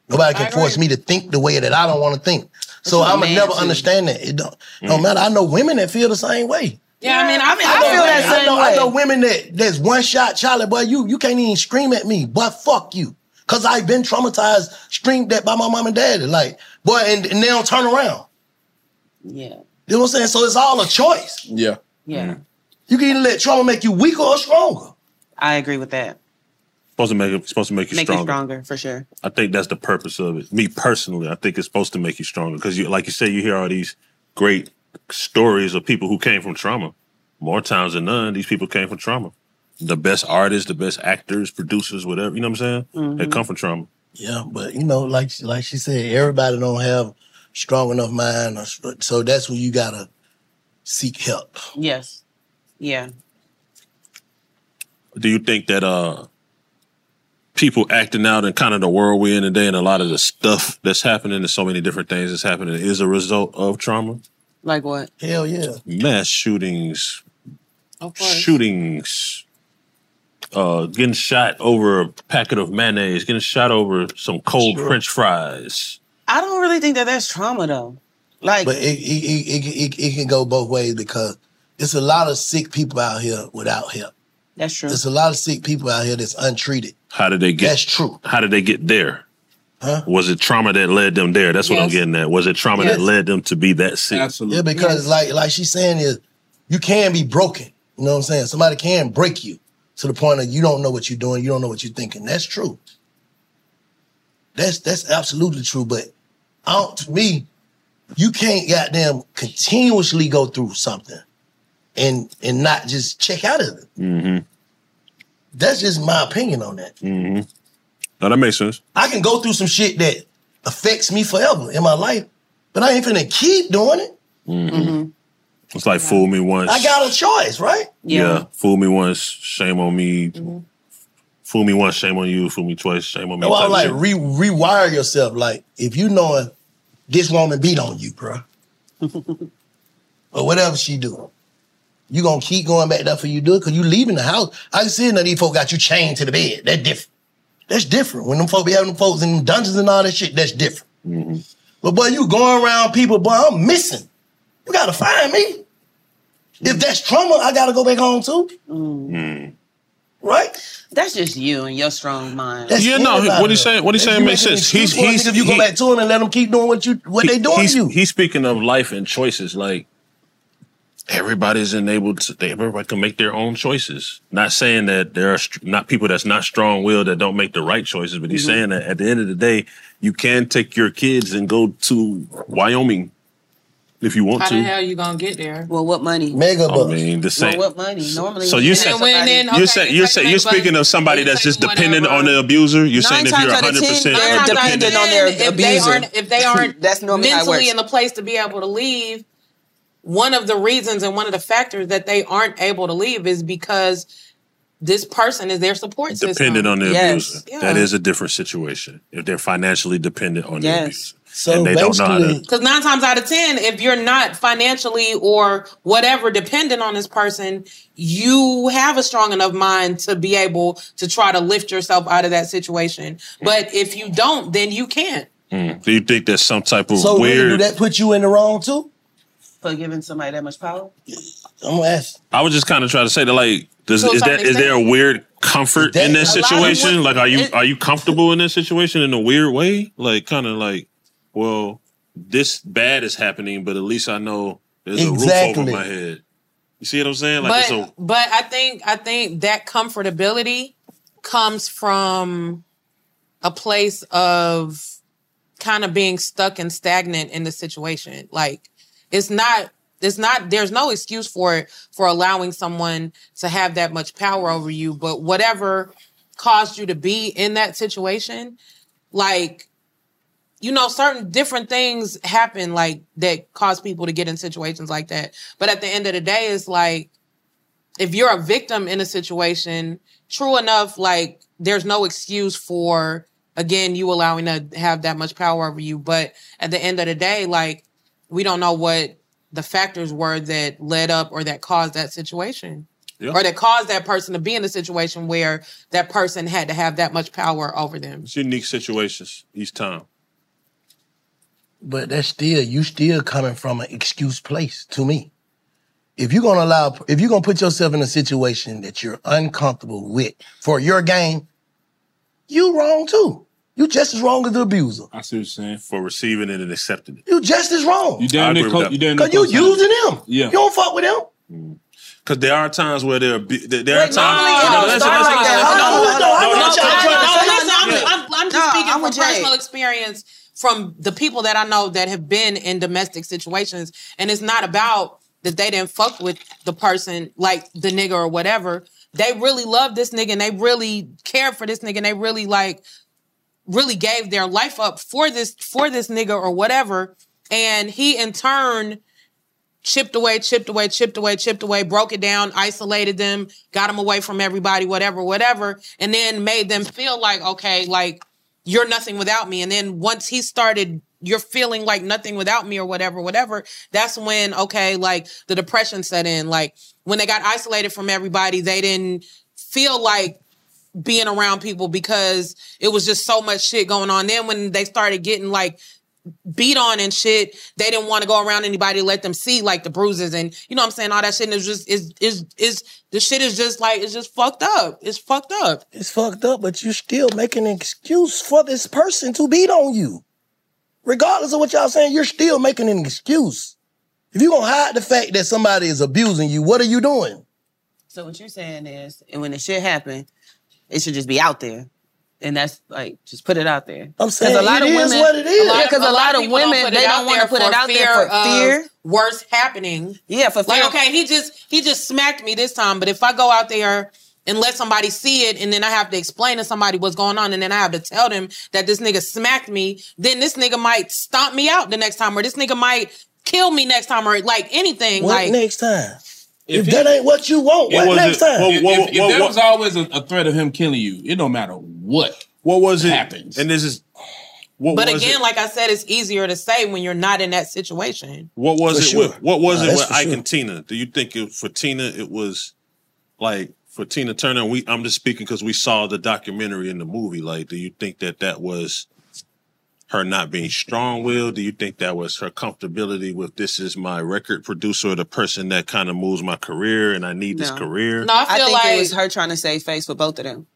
S2: Nobody can force me to think the way that I don't want to think. So
S4: what a
S2: I'm gonna
S4: man
S2: never
S4: should.
S2: understand that. It don't, don't matter. I know women that feel the same way.
S6: Yeah, I mean, I,
S2: I,
S6: feel
S2: know,
S6: that
S2: I
S6: same
S2: know,
S6: way.
S2: I know women that that's one shot, Charlie, boy, you you can't even scream at me, but fuck you. Cause I've been traumatized, screamed at by my mom and daddy. Like, boy, and, and they don't turn around.
S4: Yeah.
S2: You know what I'm saying? So it's all a choice.
S4: Yeah. Yeah.
S2: You can either let trauma make you weaker or stronger.
S4: I agree with that.
S3: supposed to make it supposed to make you
S4: Make
S3: stronger.
S4: me stronger for sure.
S3: I think that's the purpose of it. Me personally, I think it's supposed to make you stronger because you, like you say, you hear all these great stories of people who came from trauma. More times than none, these people came from trauma. The best artists, the best actors, producers, whatever, you know what I'm saying? They
S2: Mhm.
S3: come from trauma.
S2: Yeah, but you know, like like she said, everybody don't have strong enough mind. Or, so that's where you gotta seek help.
S4: Yes. Yeah.
S3: do you think that uh people acting out in kind of the world we're in today and a lot of the stuff that's happening and so many different things that's happening is a result of trauma
S4: Like what?
S2: Hell yeah.
S3: mass shootings
S4: Of
S3: shootings uh getting shot over a packet of mayonnaise getting shot over some cold
S4: Sure.
S3: french fries
S4: I don't really think that that's trauma though. Like,
S2: but it it, it, it, it it can go both ways because it's a lot of sick people out here without help.
S4: That's true.
S2: There's a lot of sick people out here that's untreated.
S3: how did they get that's
S2: true
S3: how did they get there
S2: Huh?
S3: was it trauma that led them there that's what i'm
S2: Yes.
S3: getting at was it trauma
S2: Yes.
S3: that led them to be that sick
S5: absolutely
S2: Yeah, because like like she's saying is you can be broken. You know what I'm saying? Somebody can break you to the point of you don't know what you're doing, you don't know what you're thinking. That's true. That's that's absolutely true. But I don't, to me, you can't goddamn continuously go through something and and not just check out of it.
S3: mm-hmm
S2: That's just my opinion on that.
S3: mm-hmm no, that makes sense
S2: I can go through some shit that affects me forever in my life, but I ain't finna keep doing it.
S3: Mm-hmm. It's like fool me once.
S2: I got a choice, right?
S3: yeah. fool me once, shame on me. Fool me once, shame on you. Fool me twice, shame on me.
S2: Well,
S3: type
S2: like
S3: shit.
S2: re- rewire yourself. Like if you knowing this woman beat on you, bro, or whatever she do, you gonna keep going back there for you do it because you leaving the house. I can see none of these folks got you chained to the bed. That's different. That's different. When them folks be having them folks in dungeons and all that shit, that's different. But boy, you going around people, boy, I'm missing. You gotta find me. If that's trauma, I gotta go back home too. Right?
S4: Mm. That's just you and your strong mind.
S2: That's
S3: yeah, no. he-
S2: anybody.
S3: What he's saying, what he's
S2: If you
S3: saying makes
S2: make an
S3: sense. He's
S2: excuse for a
S3: he's
S2: nigga, if you go back to him and let him keep doing what you what they doing
S3: he's,
S2: to you.
S3: He's speaking of life and choices. Like everybody's enabled to. They, everybody can make their own choices. Not saying that there are str- not people that's not strong willed that don't make the right choices, but he's
S2: Mm-hmm.
S4: Mhm.
S3: saying that at the end of the day, you can take your kids and go to Wyoming if you want
S6: How
S3: to.
S6: the hell you gonna get there?
S4: Well, what money?
S2: Mega
S3: I mean, the same.
S6: what
S4: money? Normally,
S3: So you said you said you said you're speaking of somebody that's just dependent on the abuser. You're saying if you're 100 percent dependent
S4: on their
S6: if they
S4: abuser.
S6: aren't if they aren't
S4: *laughs* That's normally how it
S6: mentally
S4: works.
S6: in the place to be able to leave, one of the reasons and one of the factors that they aren't able to leave is because this person is their support system.
S3: dependent
S4: um,
S3: on the abuser, that
S6: Yeah.
S3: is a different situation. If they're financially dependent on the abuser,
S2: so
S3: and they don't know how to.
S6: Because nine times out of ten, if you're not financially or whatever dependent on this person, you have a strong enough mind to be able to try to lift yourself out of that situation. But if you don't, then you can't.
S3: Mm. Do you think there's some type of
S2: so really, do
S3: weird?
S2: that put you in the wrong too?
S4: for giving somebody that much power.
S2: I'm gonna ask.
S3: I was just kind of trying to say that, like, does,
S4: To a
S3: is
S4: certain
S3: there is there a
S4: extent.
S3: weird comfort in
S4: a
S3: that
S4: lot of
S3: situation?
S4: what-
S3: Like, are you
S4: it-
S3: are you comfortable in that situation in a weird way? Like, kind of like, well, this bad is happening, but at least I know there's a roof over
S2: Exactly.
S3: my head. You see what I'm saying? Like,
S6: but
S3: it's a
S6: but I think I think that comfortability comes from a place of kind of being stuck and stagnant in the situation. Like it's not it's not there's no excuse for it for allowing someone to have that much power over you, but whatever caused you to be in that situation, like you know, certain different things happen like that cause people to get in situations like that. But at the end of the day, it's like if you're a victim in a situation, true enough, like there's no excuse for again you allowing to have that much power over you. But at the end of the day, like we don't know what the factors were that led up or that caused that situation.
S3: Yeah.
S6: Or that caused that person to be in a situation where that person had to have that much power over them.
S3: it's unique situations each time.
S2: But that's still you still coming from an excuse place to me. If you're gonna allow, if you're gonna put yourself in a situation that you're uncomfortable with for your game, you wrong too. You just as wrong as the abuser.
S3: I see what you're saying for receiving it and accepting it.
S2: You just as wrong.
S3: You damn I near agree with co- that. you damn near
S2: Oh, Cause you
S3: co-signed
S2: using
S3: it.
S2: them.
S3: Yeah.
S2: You don't fuck with them.
S3: Because there are times where there are be- there there are times.
S6: normally it
S3: No,
S6: don't
S3: listen,
S6: start
S3: listen,
S6: like
S3: listen,
S6: that.
S3: listen,
S6: I know, I
S3: listen,
S6: know, I know
S3: listen,
S6: what y'all
S3: listen,
S6: trying to
S3: listen,
S6: say.
S3: listen,
S6: I'm-
S3: listen,
S6: I'm- I'm just speaking from personal experience from the people that I know that have been in domestic situations, and it's not about that they didn't fuck with the person like the nigga or whatever. They really love this nigga and they really cared for this nigga and they really like really gave their life up for this for this nigga or whatever. And he in turn chipped away, chipped away, chipped away, chipped away, broke it down, isolated them, got them away from everybody, whatever, whatever, and then made them feel like, okay, like you're nothing without me. And then once he started, you're feeling like nothing without me or whatever, whatever, that's when, okay, like the depression set in. Like when they got isolated from everybody, they didn't feel like being around people because it was just so much shit going on. Then when they started getting like beat on and shit, they didn't want to go around anybody, to let them see like the bruises and you know what I'm saying, all that shit. And it's just is is is the shit is just like it's just fucked up. It's fucked up.
S2: It's fucked up, but you still make an excuse for this person to beat on you. Regardless of what y'all saying, you're still making an excuse. If you gonna hide the fact that somebody is abusing you, what are you doing?
S4: So what you're saying is, and when the shit happened, it should just be out there. And that's like just put it out there.
S2: I'm saying
S4: a lot of
S2: it is
S4: women,
S2: what it is.
S4: Yeah, because a, lot of
S6: people don't
S4: women
S6: put it
S4: they
S6: out
S4: don't want
S6: there
S4: to put it
S6: for
S4: out there for
S6: of
S4: fear.
S6: worse happening.
S4: Yeah, for fear.
S6: Like, okay, he just he just smacked me this time, but if I go out there and let somebody see it, and then I have to explain to somebody what's going on, and then I have to tell them that this nigga smacked me, then this nigga might stomp me out the next time, or this nigga might kill me next time, or like anything.
S2: What
S6: like
S2: next time? If, that ain't what you want, what
S5: was
S2: next
S5: a-
S2: time?
S5: If, if, if there was always a, a threat of him killing you, it don't matter what.
S3: What was
S5: it? Happens.
S3: And this is. What
S6: but
S3: was
S6: again,
S3: it?
S6: like I said, it's easier to say when you're not in that situation.
S3: What was
S6: For
S3: it?
S6: sure.
S3: With, what was
S6: Nah,
S3: it
S6: that's
S3: with
S6: for
S3: Ike
S6: sure.
S3: and Tina? Do you think it, for Tina it was like for Tina Turner? We I'm just speaking because we saw the documentary in the movie. Like, do you think that that was her not being strong willed? Do you think that was her comfortability with this is my record producer, the person that kind of moves my career, and I need this
S4: No.
S3: career?
S4: I
S6: feel
S4: think
S6: like-
S4: it was her trying to save face for both of them.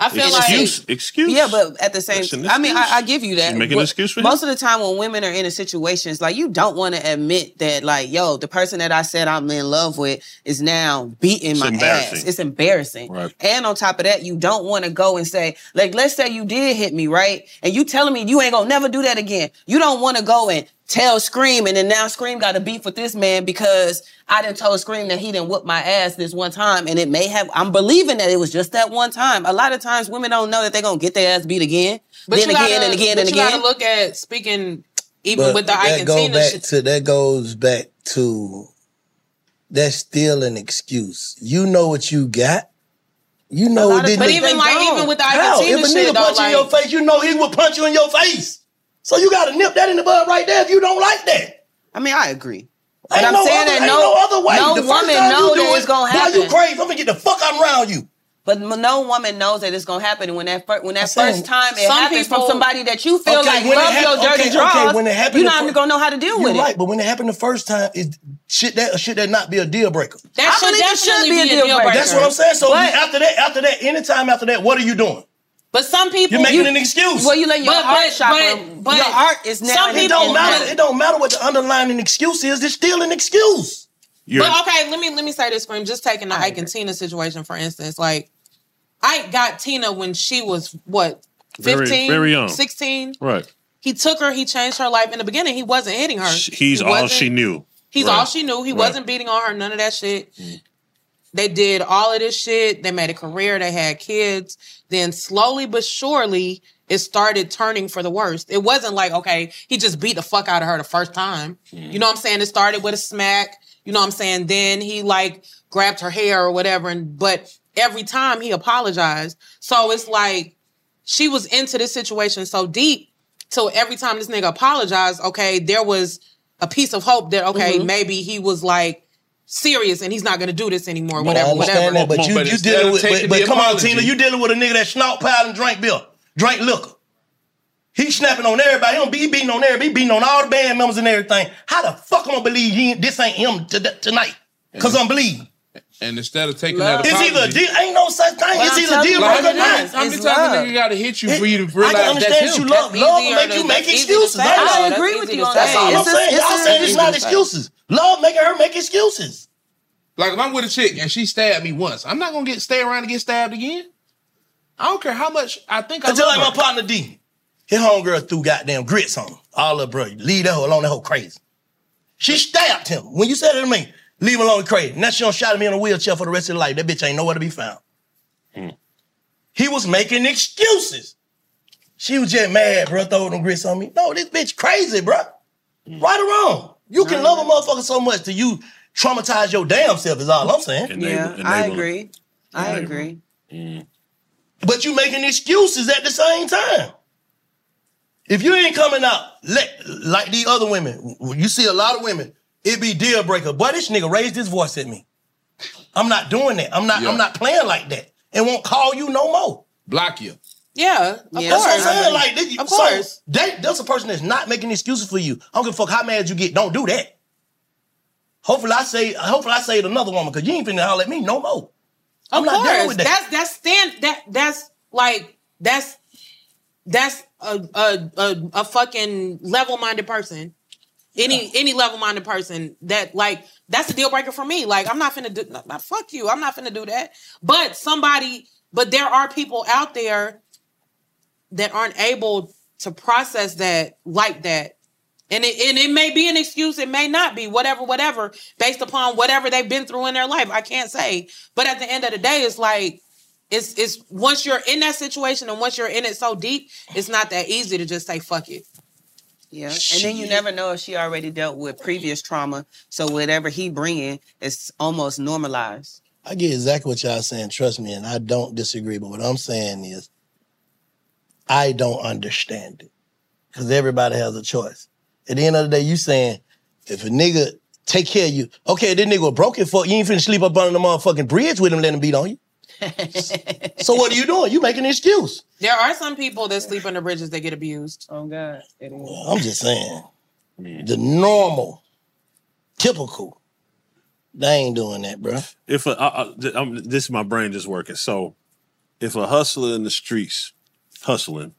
S6: I
S3: feel like- Excuse- excuse.
S4: Yeah, but at the same,
S3: That's an
S4: I mean, I, I
S3: excuse.
S4: give you that.
S3: You making an
S4: But
S3: excuse for him?
S4: Most of the time, when women are in a situations like you, don't want to admit that, like, yo, the person that I said I'm in love with is now beating
S3: It's
S4: my ass.
S3: embarrassing.
S4: It's embarrassing.
S3: Right.
S4: And on top of that, you don't want to go and say, like, let's say you did hit me, right? And you telling me you ain't gonna never do that again. You don't want to go and tell Scream, and then now Scream got a beef with this man because I done told Scream that he didn't whoop my ass this one time, and it may have. I'm believing that it was just that one time. A lot of times, women don't know that they're gonna get their ass beat again, then
S6: you
S4: again,
S6: gotta-
S4: and again,
S6: but
S4: and
S6: you
S4: again.
S6: gotta look at speaking even
S2: But
S6: with the Ike
S2: that
S6: and
S2: go
S6: Tina
S2: back
S6: shit.
S2: to that goes back to that's still an excuse. You know what you got. You know it didn't.
S6: but even like even with the Ike
S2: How?
S6: and Tina
S2: if a
S6: shit,
S2: nigga
S6: though,
S2: punch you in
S6: like,
S2: your face, you know he will punch you in your face. So you got to nip that in the bud right there if you don't like that.
S4: I mean, I agree.
S2: Ain't
S4: But I'm
S2: no
S4: saying
S2: other,
S4: that
S2: ain't
S4: no-
S2: other way.
S4: no
S2: the first
S4: woman
S2: time you
S4: know
S2: do
S4: that
S2: it,
S4: it's gonna
S2: Why you
S4: happen.
S2: crazy? I'm gonna get the fuck out around you.
S4: But m- no woman knows that it's gonna happen. And when that fir- when that
S2: saying,
S4: first time it
S2: some
S4: happens
S2: people-
S4: from somebody that you feel
S2: Okay,
S4: like
S2: when it
S4: love your
S2: hap-
S4: dirty
S2: okay,
S4: draws,
S2: okay, when it happened
S4: you're
S2: the
S4: not
S2: fir-
S4: even gonna know how to deal
S2: You're
S4: with
S2: right,
S4: it.
S2: but when it happened the first time, it shit that should that not be a deal breaker.
S6: That
S4: I
S6: should
S4: believe it should
S6: definitely
S4: be a
S6: be a
S4: deal
S6: deal
S4: breaker.
S6: breaker.
S2: That's what I'm saying. So
S6: But-
S2: after that, after that, anytime after that, what are you doing?
S6: But some people
S2: You're making an excuse.
S4: Well, you let your heart chakra- your heart is now
S2: Some
S4: in
S2: people
S4: his
S2: don't
S4: own
S2: matter.
S4: head.
S2: It don't matter what the underlying excuse is. It's still an excuse.
S6: but okay, let me let me say this, Scream. Just taking the Ike and Tina situation for instance, like Ike got Tina when she was what
S3: Very-
S6: 15,
S3: very young.
S6: 16.
S3: Right.
S6: He took her. He changed her life. In the beginning, he wasn't hitting her.
S3: He's
S6: He
S3: all
S6: wasn't-
S3: she knew.
S6: He's
S3: Right.
S6: all she knew. He
S3: Right.
S6: wasn't beating on her, none of that shit. They did all of this shit. They made a career. They had kids. Then slowly but surely, it started turning for the worst. It wasn't like, okay, he just beat the fuck out of her the first time. You know what I'm saying? It started with a smack. You know what I'm saying? Then he like grabbed her hair or whatever. And but every time he apologized. So it's like she was into this situation so deep. So every time this nigga apologized, okay, there was a piece of hope that okay,
S2: Mhm.
S6: maybe he was like serious and he's not gonna do this anymore.
S2: No,
S6: Whatever,
S2: I understand
S6: whatever.
S2: that, but you, you dealing with. But, but come on, Tina, you dealing with a nigga that snort pile and drink beer, drink liquor. He snapping on everybody. He don't be he beating on everybody. He beating on all the band members and everything. How the fuck I'm gonna believe he, ain't- this ain't him to- tonight? Cause I'm bleeding.
S5: And instead of taking that,
S2: It's either a
S5: apology-
S2: deal. Ain't no such thing.
S5: Well,
S2: it's
S5: I'm
S2: either
S5: telling
S2: deal
S5: you,
S2: breaker or
S5: like,
S2: not.
S5: how many times a nigga gotta hit you for you to realize
S2: I can
S5: that's
S2: understand
S5: him?
S2: you love.
S5: That's
S2: Love will
S5: easier
S2: make
S5: to- that's
S2: you make
S5: easy to
S2: excuses.
S5: say.
S2: That's
S5: I
S2: all.
S5: agree
S2: That's
S5: with
S2: easy
S5: you
S2: to
S5: on
S2: say.
S5: that.
S2: That's all
S5: It's
S2: I'm
S5: a-
S2: saying.
S5: it's
S2: Y'all
S5: a-
S2: saying it's
S5: easy to
S2: not
S5: say.
S2: excuses. Love making her make excuses.
S5: Like if I'm with a chick and she stabbed me once, I'm not gonna get stay around and get stabbed again. I don't care how much I think I
S2: Until
S5: love
S2: like my
S5: her.
S2: partner D. His homegirl threw goddamn grits on him. All up, bro. Leave that hoe alone. That hoe crazy. She stabbed him. When you said it to me, leave him alone crazy. Now she done shot me in a wheelchair for the rest of her life. That bitch ain't nowhere to be found. He was making excuses. She was just mad, bro, throwing them grits on me. No, this bitch crazy, bro. Right or wrong. You can love a motherfucker so much till you traumatize your damn self. Is all I'm saying.
S4: yeah, I agree. I agree. Mm.
S2: But you making excuses at the same time. If you ain't coming out let, like the other women, you see a lot of women, it be deal breaker. Boy, this nigga raised his voice at me. I'm not doing that. I'm not. I'm not playing like that. And won't call you no more.
S10: Block you.
S6: Yeah, of
S2: that's
S6: course.
S2: what I'm saying. Like, they,
S6: of course.
S2: so they, that's a person that's not making excuses for you. I don't give a fuck how mad you get. Don't do that. Hopefully, I say. Hopefully, I say it to another woman because you ain't finna holler at me no more. I'm
S6: of
S2: not
S6: course.
S2: down with that.
S6: That's that's stand that that's like that's that's a a a, a fucking level minded person. Any any level minded person that like that's a deal breaker for me. Like I'm not finna do no, no, fuck you. I'm not finna do that. But somebody, but there are people out there that aren't able to process that like that. And it, and it may be an excuse, it may not be, whatever, whatever, based upon whatever they've been through in their life. I can't say. But at the end of the day, it's like, it's it's once you're in that situation and once you're in it so deep, it's not that easy to just say fuck
S4: *laughs*
S6: it.
S4: Yeah, and then you never know if she already dealt with previous trauma, so whatever he bringing is almost normalized.
S2: I get exactly what y'all saying. Trust me, and I don't disagree. But what I'm saying is, I don't understand it because everybody has a choice. At the end of the day, you saying if a nigga take care of you, okay, this nigga was broken for you ain't finna sleep up under the motherfucking bridge with him, letting him beat on you. so what are you doing? You making an excuse.
S6: There are some people that sleep under bridges that get abused.
S4: Oh God.
S2: I'm just saying, the normal, typical, they ain't doing that, bro.
S3: if a, I, I, th- I'm, this is my brain just working. So, if a hustler in the streets hustling,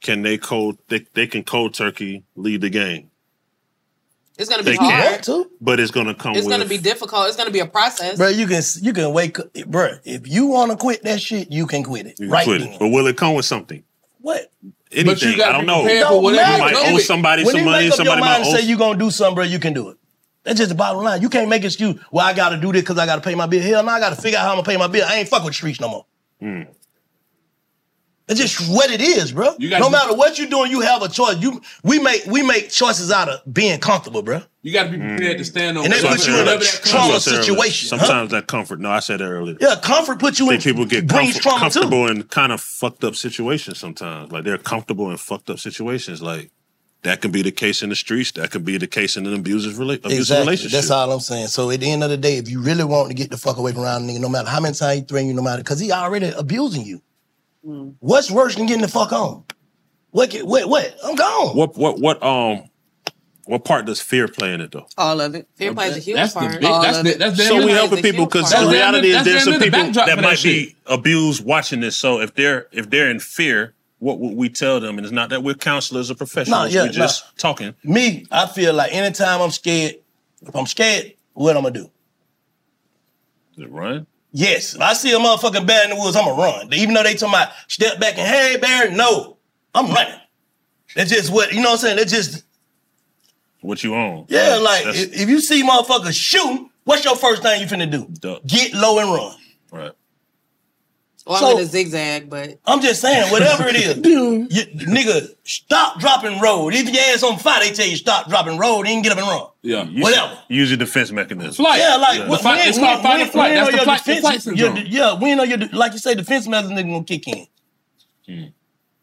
S3: can they cold? They, they can cold turkey lead the game.
S6: It's gonna be
S3: They
S6: hard.
S3: but it's gonna come.
S6: It's
S3: with
S6: gonna be difficult. It's gonna be a process.
S2: Bro, you can you can wake up, bro. If you want to quit that shit, you can quit it.
S3: you
S2: right?
S3: quit
S2: then.
S3: it. But will it come with something?
S2: What?
S3: Anything? I don't know.
S2: It don't
S3: You
S2: matter.
S3: might
S2: Don't
S3: owe
S2: quit.
S3: somebody
S2: when
S3: some
S2: you
S3: money.
S2: Make up
S3: Somebody
S2: your
S3: might
S2: mind
S3: owe.
S2: and say you gonna do something, bro. You can do it. That's just the bottom line. You can't make excuse. Well, I gotta do this because I gotta pay my bill. Hell, no, I gotta figure out how I'm gonna pay my bill. I ain't fuck with streets no more.
S3: Mm.
S2: It's just what it is, bro.
S5: gotta
S2: No
S5: be-
S2: matter what you're doing, you have a choice. You we make we make choices out of being comfortable, bro.
S5: You got to be prepared to stand on
S2: Mm. And that
S5: whatever-
S2: puts you in a
S5: whatever that
S2: trauma
S5: comes.
S2: situation, huh?
S3: Sometimes that comfort. No, I said that earlier.
S2: Yeah, comfort puts you in.
S3: think people get
S2: brings
S3: comfort-
S2: trauma too.
S3: comfortable in kind of fucked up situations sometimes. Like they're comfortable in fucked up situations. Like that can be the case in the streets. That could be the case in an abusive, rela- abusive relationship.
S2: That's all I'm saying. So at the end of the day, if you really want to get the fuck away from around a nigga, no matter how many times he threaten you, no matter because he already abusing you. What's worse than getting the fuck on? What? ca- What? What? I'm gone.
S3: What? What? What? Um, what part does fear play in it though?
S4: All of it.
S6: Fear plays a huge
S3: That's the mm.
S6: part.
S3: big-
S6: All
S3: that's
S6: of
S3: the-
S6: it.
S3: that's the So we helping people because the reality is there's some people that might be abused watching this. So if they're if they're in fear, what would we tell them? And it's not that we're counselors or professionals.
S2: yeah,
S3: we're just
S2: nah.
S3: talking.
S2: Me, I feel like anytime I'm scared, if I'm scared, what I'm gonna do?
S3: Run.
S2: Yes, if I see a motherfucking bear in the woods, I'm gonna run. Even though they tell my step back and hey bear, no, I'm running. That's just what you know. what I'm saying that's just
S3: What you on?
S2: yeah.
S3: Right.
S2: Like
S3: That's-
S2: if, if you see motherfuckers shooting, what's your first thing you finna do? Get low and run.
S3: Right.
S6: Well, I'm
S2: So-
S6: in a zigzag, but
S2: I'm just saying, whatever it is, you, nigga, stop, drop, and roll. If your ass on fire, they tell you stop, drop, and roll. Then get up and run.
S3: yeah. Use,
S2: Whatever.
S3: Use your defense mechanism.
S2: Yeah, like
S3: The
S2: when-
S3: fight-
S2: when-
S3: it's
S2: when-
S3: called fight or flight.
S2: when
S3: That's
S2: are
S3: the
S2: your
S3: fight- the flight
S2: defenses- your-
S3: syndrome.
S2: Yeah, when are your de- like you say defense mechanism gonna kick in.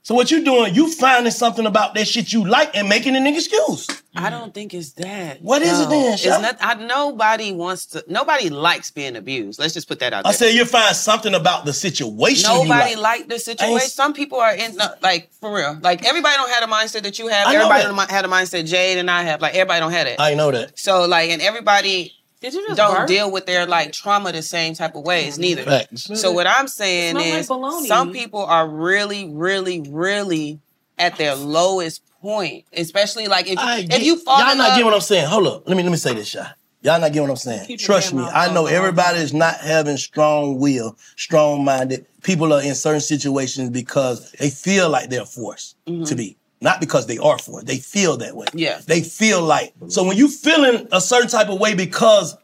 S2: So what you doing? You finding something about that shit you like and making an excuse.
S4: I don't think it's that.
S2: What is it then,
S4: It's
S2: Sha?
S4: not, I, nobody wants to. Nobody likes being abused. Let's just put that out
S2: I
S4: there.
S2: said you find something about the situation. you
S4: Nobody
S2: like.
S4: liked the
S2: I
S4: situation.
S2: ain't-
S4: Some people are in no, like for real. Like everybody don't have the mindset that you have.
S2: I know
S4: Everybody
S2: that.
S4: don't mi- had a mindset Jade and I have. Like everybody don't have that.
S2: I know that.
S4: So like, and everybody
S6: Did you just
S4: don't
S6: bark?
S4: deal with their like trauma the same type of ways neither.
S2: Facts.
S4: So what I'm saying
S6: Smell like
S4: is,
S6: bologna.
S4: some people are really, really, really at their lowest point. Especially like if
S2: I
S4: if
S2: get-
S4: you fall
S2: y'all
S4: in
S2: not
S4: love,
S2: getting what I'm saying. Hold up. Let me let me say this, y'all. Y'all not getting what I'm saying.
S4: Keep your
S2: Trust
S4: damn
S2: me,
S4: mouth
S2: I know
S4: closed.
S2: everybody is not having strong will, strong minded. People are in certain situations because they feel like they're forced
S4: Mm-hmm.
S2: to be, not because they are forced. They feel that way.
S4: Yeah.
S2: They feel like so when you feeling a certain type of way because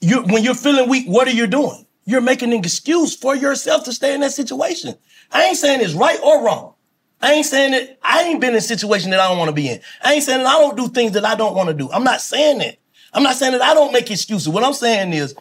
S2: you when you're feeling weak, what are you doing? You're making an excuse for yourself to stay in that situation. I ain't saying it's right or wrong. I ain't saying that I ain't been in a situation that I don't want to be in. I ain't saying that I don't do things that I don't want to do. I'm not saying that. I'm not saying that I don't make excuses. What I'm saying is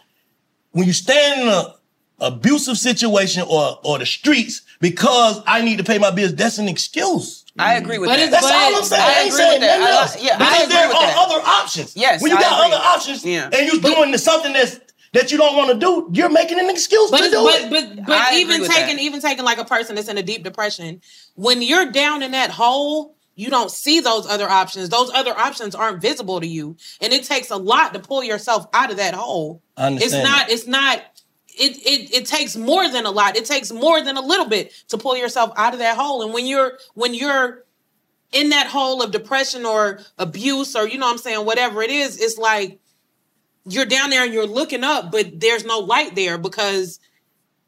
S2: when you stand in a abusive situation or or the streets because I need to pay my bills, that's an excuse.
S4: I agree with that.
S2: That's all I'm saying. I, ain't saying nothing else.
S4: I, yeah,
S2: because
S4: I agree
S2: there
S4: with
S2: are
S4: that.
S2: other options.
S4: Yes,
S2: When you
S4: I
S2: got
S4: agree.
S2: other options
S4: Yeah.
S2: and you're doing something that's that you don't want to do, you're making an excuse
S6: But
S2: to do
S6: but,
S2: it.
S6: but but even taking even taking like a person that's in a deep depression, when you're down in that hole, you don't see those other options. Those other options aren't visible to you, and it takes a lot to pull yourself out of that hole.
S2: I understand
S6: It's not.
S2: that.
S6: It's not. It, it it takes more than a lot. It takes more than a little bit to pull yourself out of that hole. And when you're when you're in that hole of depression or abuse or you know what I'm saying whatever it is, it's like you're down there and you're looking up, but there's no light there because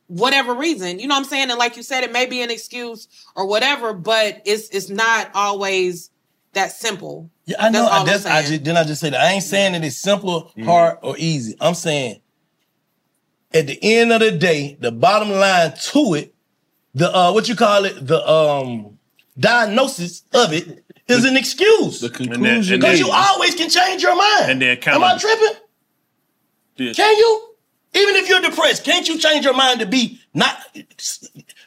S6: whatever reason, you know what I'm saying? And like you said, it may be an excuse or whatever, but it's it's not always that simple.
S2: Yeah, I know.
S6: That's all
S2: I,
S6: I'm
S2: that's, I just, then I just say that I ain't saying that it's simple, hard, or easy. I'm saying at the end of the day, the bottom line to it, the uh, what you call it, the um, diagnosis of it is an excuse. The
S3: conclusion.
S2: because you always can change your mind.
S3: And then
S2: Am
S3: kind
S2: I
S3: of
S2: tripping?
S3: Yeah.
S2: Can you? Even if you're depressed, can't you change your mind to be not?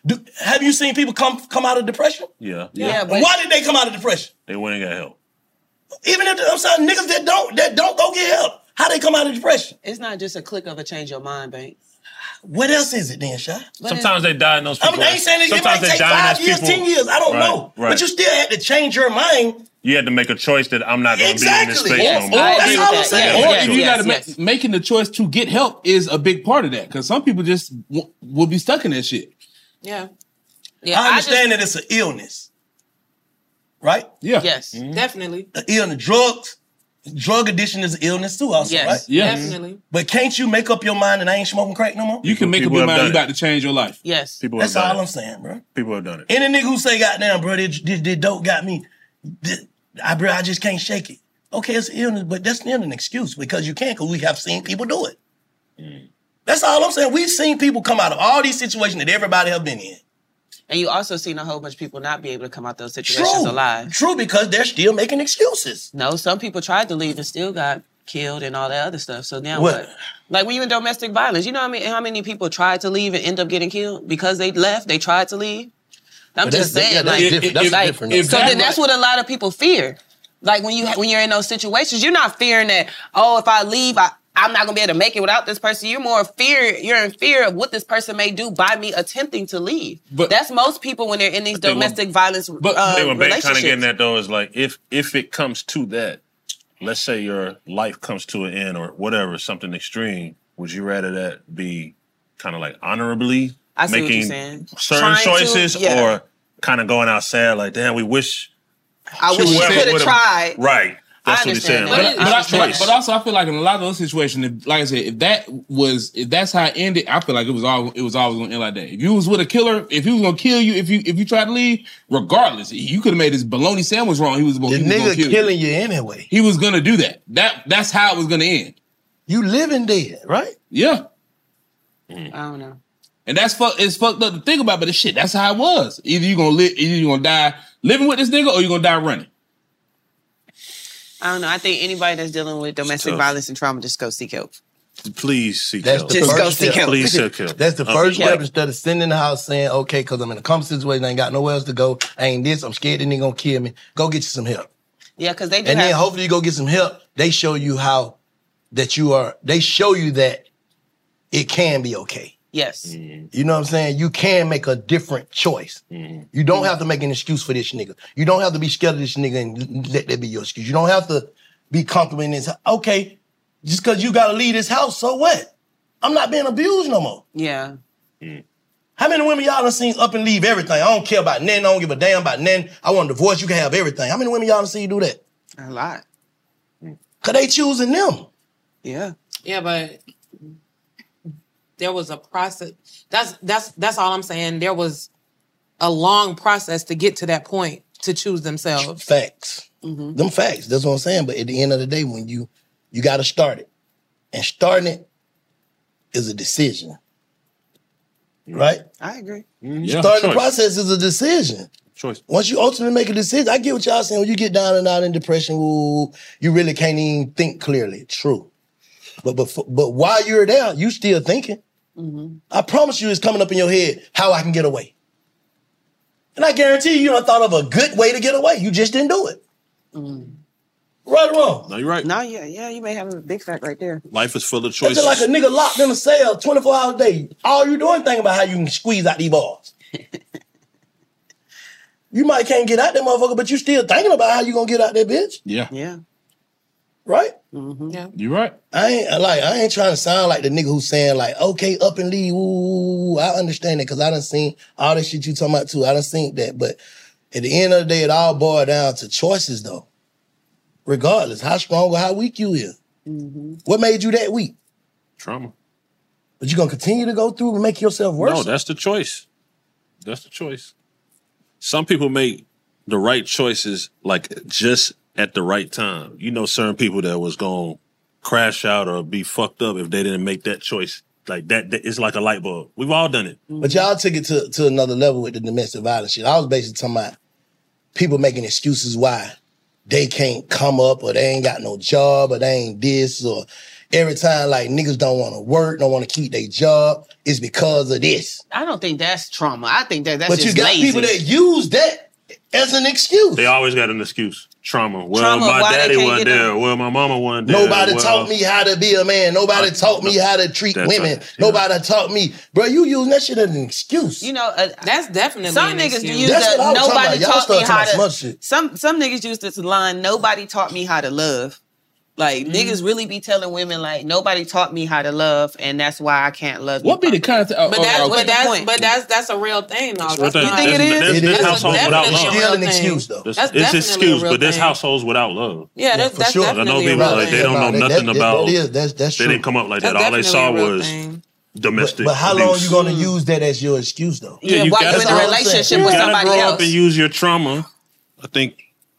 S2: Do, have you seen people come come out of depression?
S3: yeah,
S2: Why did they come out of depression?
S3: They went and got help.
S2: Even if I'm sorry, niggas that don't that don't go get help, how they come out of depression?
S4: It's not just a click of a change your mind, bank.
S2: What else is it then, Shy?
S3: Sometimes they diagnose
S2: I,
S3: people.
S2: mean, I ain't saying it, it
S3: Sometimes
S2: might
S3: they
S2: take five
S3: diagnose
S2: years,
S3: people-
S2: ten years. I don't
S3: Right,
S2: know,
S3: right.
S2: but you still had to change your mind.
S3: You had to make a choice that I'm not going to be in this
S2: Exactly.
S3: space
S2: Yes,
S3: no
S2: I
S3: more.
S2: agree That's with all that. I'm saying.
S5: Or
S2: Yes,
S5: if you
S2: yes,
S5: got to
S2: yes.
S5: making the choice to get help is a big part of that because some people just w- will be stuck in that shit.
S6: Yeah.
S2: I understand that it's an illness, right?
S5: Yeah.
S6: Yes. Definitely.
S2: The illness, drugs, drug addiction is an illness too, also,
S6: Yes,
S2: right? Mm-hmm.
S6: yes. Definitely.
S2: But can't you make up your mind that I ain't smoking crack no more?
S5: You can make up
S3: People
S5: your
S3: have
S5: mind
S3: done
S5: you
S3: it.
S5: about to change your life.
S6: Yes.
S3: People
S2: That's
S3: have done
S2: all
S3: it.
S2: I'm saying, bro.
S3: People have done it.
S2: Any nigga who say, "Goddamn, bro, this this- this dope got me," this- I bro, I just can't shake it. Okay, it's illness, but that's not an excuse because you can't. Because we have seen people do it.
S3: Mm.
S2: That's all I'm saying. We've seen people come out of all these situations that everybody have been in.
S4: And you also seen a whole bunch of people not be able to come out those situations
S2: True.
S4: alive.
S2: True, because they're still making excuses.
S4: No, some people tried to leave and still got killed and all that other stuff. So now
S2: What?
S4: what? Like when you in domestic violence, you know how many how many people tried to leave and end up getting killed because they left. They tried to leave. I'm
S2: But
S4: just
S2: that's-
S4: saying,
S2: yeah,
S4: like,
S2: that's different. That's
S4: like,
S2: different, though.
S4: so
S2: If
S4: then
S2: that-
S4: that's what a lot of people fear. Like when you when you're in those situations, you're not fearing that. Oh, if I leave, I. I'm not gonna be able to make it without this person. You're more fear. You're in fear of what this person may do by me attempting to leave. But that's most people when they're in these
S3: they want-
S4: domestic violence.
S3: But
S4: uh,
S2: Um,
S3: they were kind of
S4: relationships.
S3: getting that though is like if if it comes to that, let's say your life comes to an end or whatever, something extreme. Would you rather that be kind of like honorably
S4: I see what you're
S3: making
S4: saying.
S3: certain
S4: Trying to,
S3: choices,
S4: yeah.
S3: or kind of going out sad like, damn, we wish.
S4: I
S3: she
S4: wish you
S3: whoever
S4: coulda
S3: would've-
S4: tried.
S3: Right. That's what he's saying.
S5: But,
S3: Right?
S5: but, I,
S3: That's
S5: but, I-
S3: choice.
S5: but also, I feel like in a lot of those situations, if, like I said, if that was if that's how it ended, I feel like it was all it was always going to end like that. If you was with a killer, if he was going to kill you, if you if you tried to leave, regardless, you could have made his bologna sandwich wrong. He was going
S2: The nigga
S5: to kill
S2: killing you anyway.
S5: He was going to do that. That that's how it was going to end.
S2: You living dead, right?
S5: Yeah.
S4: I don't know.
S5: And that's fuck, it's fucked up to think about, but it's shit, that's how it was. Either you gonna live, either you gonna die living with this nigga, or you gonna die running.
S4: I don't know. I think anybody that's dealing with domestic
S3: tough.
S4: violence and trauma just go seek help.
S3: Please seek
S2: That's
S3: help.
S2: the first step.
S3: Please seek help.
S2: That's the
S3: Uh,
S2: first
S3: yeah.
S2: step instead of sitting in the house saying, okay, because I'm in a comfortable situation, I ain't got nowhere else to go. I ain't this, I'm scared they nigga gonna kill me. Go get you some help.
S4: Yeah, because they do
S2: And
S4: have.
S2: then hopefully you go get some help. They show you how that you are, they show you that it can be okay.
S4: yes.
S2: You know what I'm saying? You can make a different choice. You don't have to make an excuse for this nigga. You don't have to be scared of this nigga and let that be your excuse. You don't have to be comfortable in this. Okay, just because you gotta leave this house, so what? I'm not being abused no more.
S4: Yeah.
S2: How many women y'all done seen up and leave everything? I don't care about nothing. I don't give a damn about nothing. I want a divorce. You can have everything. How many women y'all done seen do that?
S4: A lot.
S2: Cause they choosing them.
S4: Yeah.
S6: Yeah, but there was a process. That's that's that's all I'm saying. There was a long process to get to that point to choose themselves.
S2: Facts. Them facts. That's what I'm saying. But at the end of the day, when you you gotta start it. And starting it is a decision. Right?
S4: I agree.
S2: Starting the process is a decision.
S3: choice.
S2: Once you ultimately make a decision, I get what y'all saying. When you get down and out in depression, woo, you really can't even think clearly. True. But but but while you're there, you still thinking.
S4: Mm-hmm.
S2: I promise you, it's coming up in your head how I can get away. And I guarantee you, you done thought of a good way to get away. You just didn't do it. Right or wrong?
S3: No, you're right.
S6: Oh,
S4: No, yeah, yeah, you may have a big fact right there.
S3: Life is full of choices.
S2: That's just like a nigga locked in a cell 24 hours a day. All you doing thinking about how you can squeeze out these bars. you might can't get out that motherfucker, but you still thinking about how you gonna get out that bitch,
S3: Yeah.
S4: Yeah.
S2: right?
S4: Yeah.
S3: You're right.
S2: I ain't like I ain't trying to sound like the nigga who's saying like, okay, up and leave. Ooh, ooh, ooh. I understand that because I done seen all that shit you talking about too. I done seen that, but at the end of the day, it all boiled down to choices though. Regardless, how strong or how weak you is, what made you that weak?
S3: Trauma.
S2: But you gonna continue to go through and make yourself worse.
S3: No, that's the choice. That's the choice. Some people make the right choices like just at the right time. You know, certain people that was gonna crash out or be fucked up if they didn't make that choice. Like that, that it's like a light bulb. We've all done it.
S2: But y'all took it to, to another level with the domestic violence shit. I was basically talking about people making excuses why they can't come up or they ain't got no job or they ain't this or every time like niggas don't want to work, don't want to keep their job, it's because of this.
S4: I don't think that's trauma. I think that that's
S2: but you
S4: just
S2: got
S4: lazy.
S2: people that use that as an excuse.
S3: They always got an excuse. Trauma. Well,
S2: Trauma,
S3: my
S2: why they
S3: daddy
S2: can't
S3: wasn't
S2: get
S3: there.
S2: out?
S3: Well, my mama wasn't there.
S2: Nobody
S3: well,
S2: taught me how to be a man. Nobody taught me how to treat
S3: That's
S2: women.
S3: right, yeah.
S2: Nobody taught me, bro. You using that shit as an excuse.
S4: You know, uh,
S6: that's definitely
S4: some
S6: an
S4: niggas
S6: excuse.
S4: use
S2: That's
S4: the
S2: what I was talking
S4: nobody
S2: about. Y'all
S4: taught me
S2: started
S4: how
S2: talking about
S4: to.
S2: smut shit.
S4: Some some niggas use this line. Nobody taught me how to love.
S6: Mm-hmm.
S4: Like niggas really be telling women like nobody taught me how to love, and that's why I can't love you.
S5: What be the content?
S2: Oh,
S4: But that's-
S5: okay.
S4: but that's-
S6: But that's that's a real thing,
S4: Oh,
S6: though.
S3: Well,
S6: That's not-
S3: that's- That's, that's households without
S6: definitely
S3: love.
S6: a real thing.
S3: That's-
S6: That's
S3: it's
S6: definitely a
S3: excuse,
S6: real
S3: but there's
S6: thing.
S3: households without love.
S6: Yeah, Yeah, that's- for that's sure.
S3: I know
S6: definitely a
S3: people
S6: real
S3: like they
S6: thing.
S3: don't know
S6: Yeah, no, that-
S3: nothing
S6: that-
S3: about.
S2: that is- that's- that's
S3: they
S2: true.
S3: didn't come up like
S2: That's
S3: that. All they saw
S2: definitely a real
S3: was domestic.
S2: But how long
S3: abuse.
S2: you gonna use that as your excuse though?
S3: Yeah, you gotta, you gotta grow up and use your trauma. I think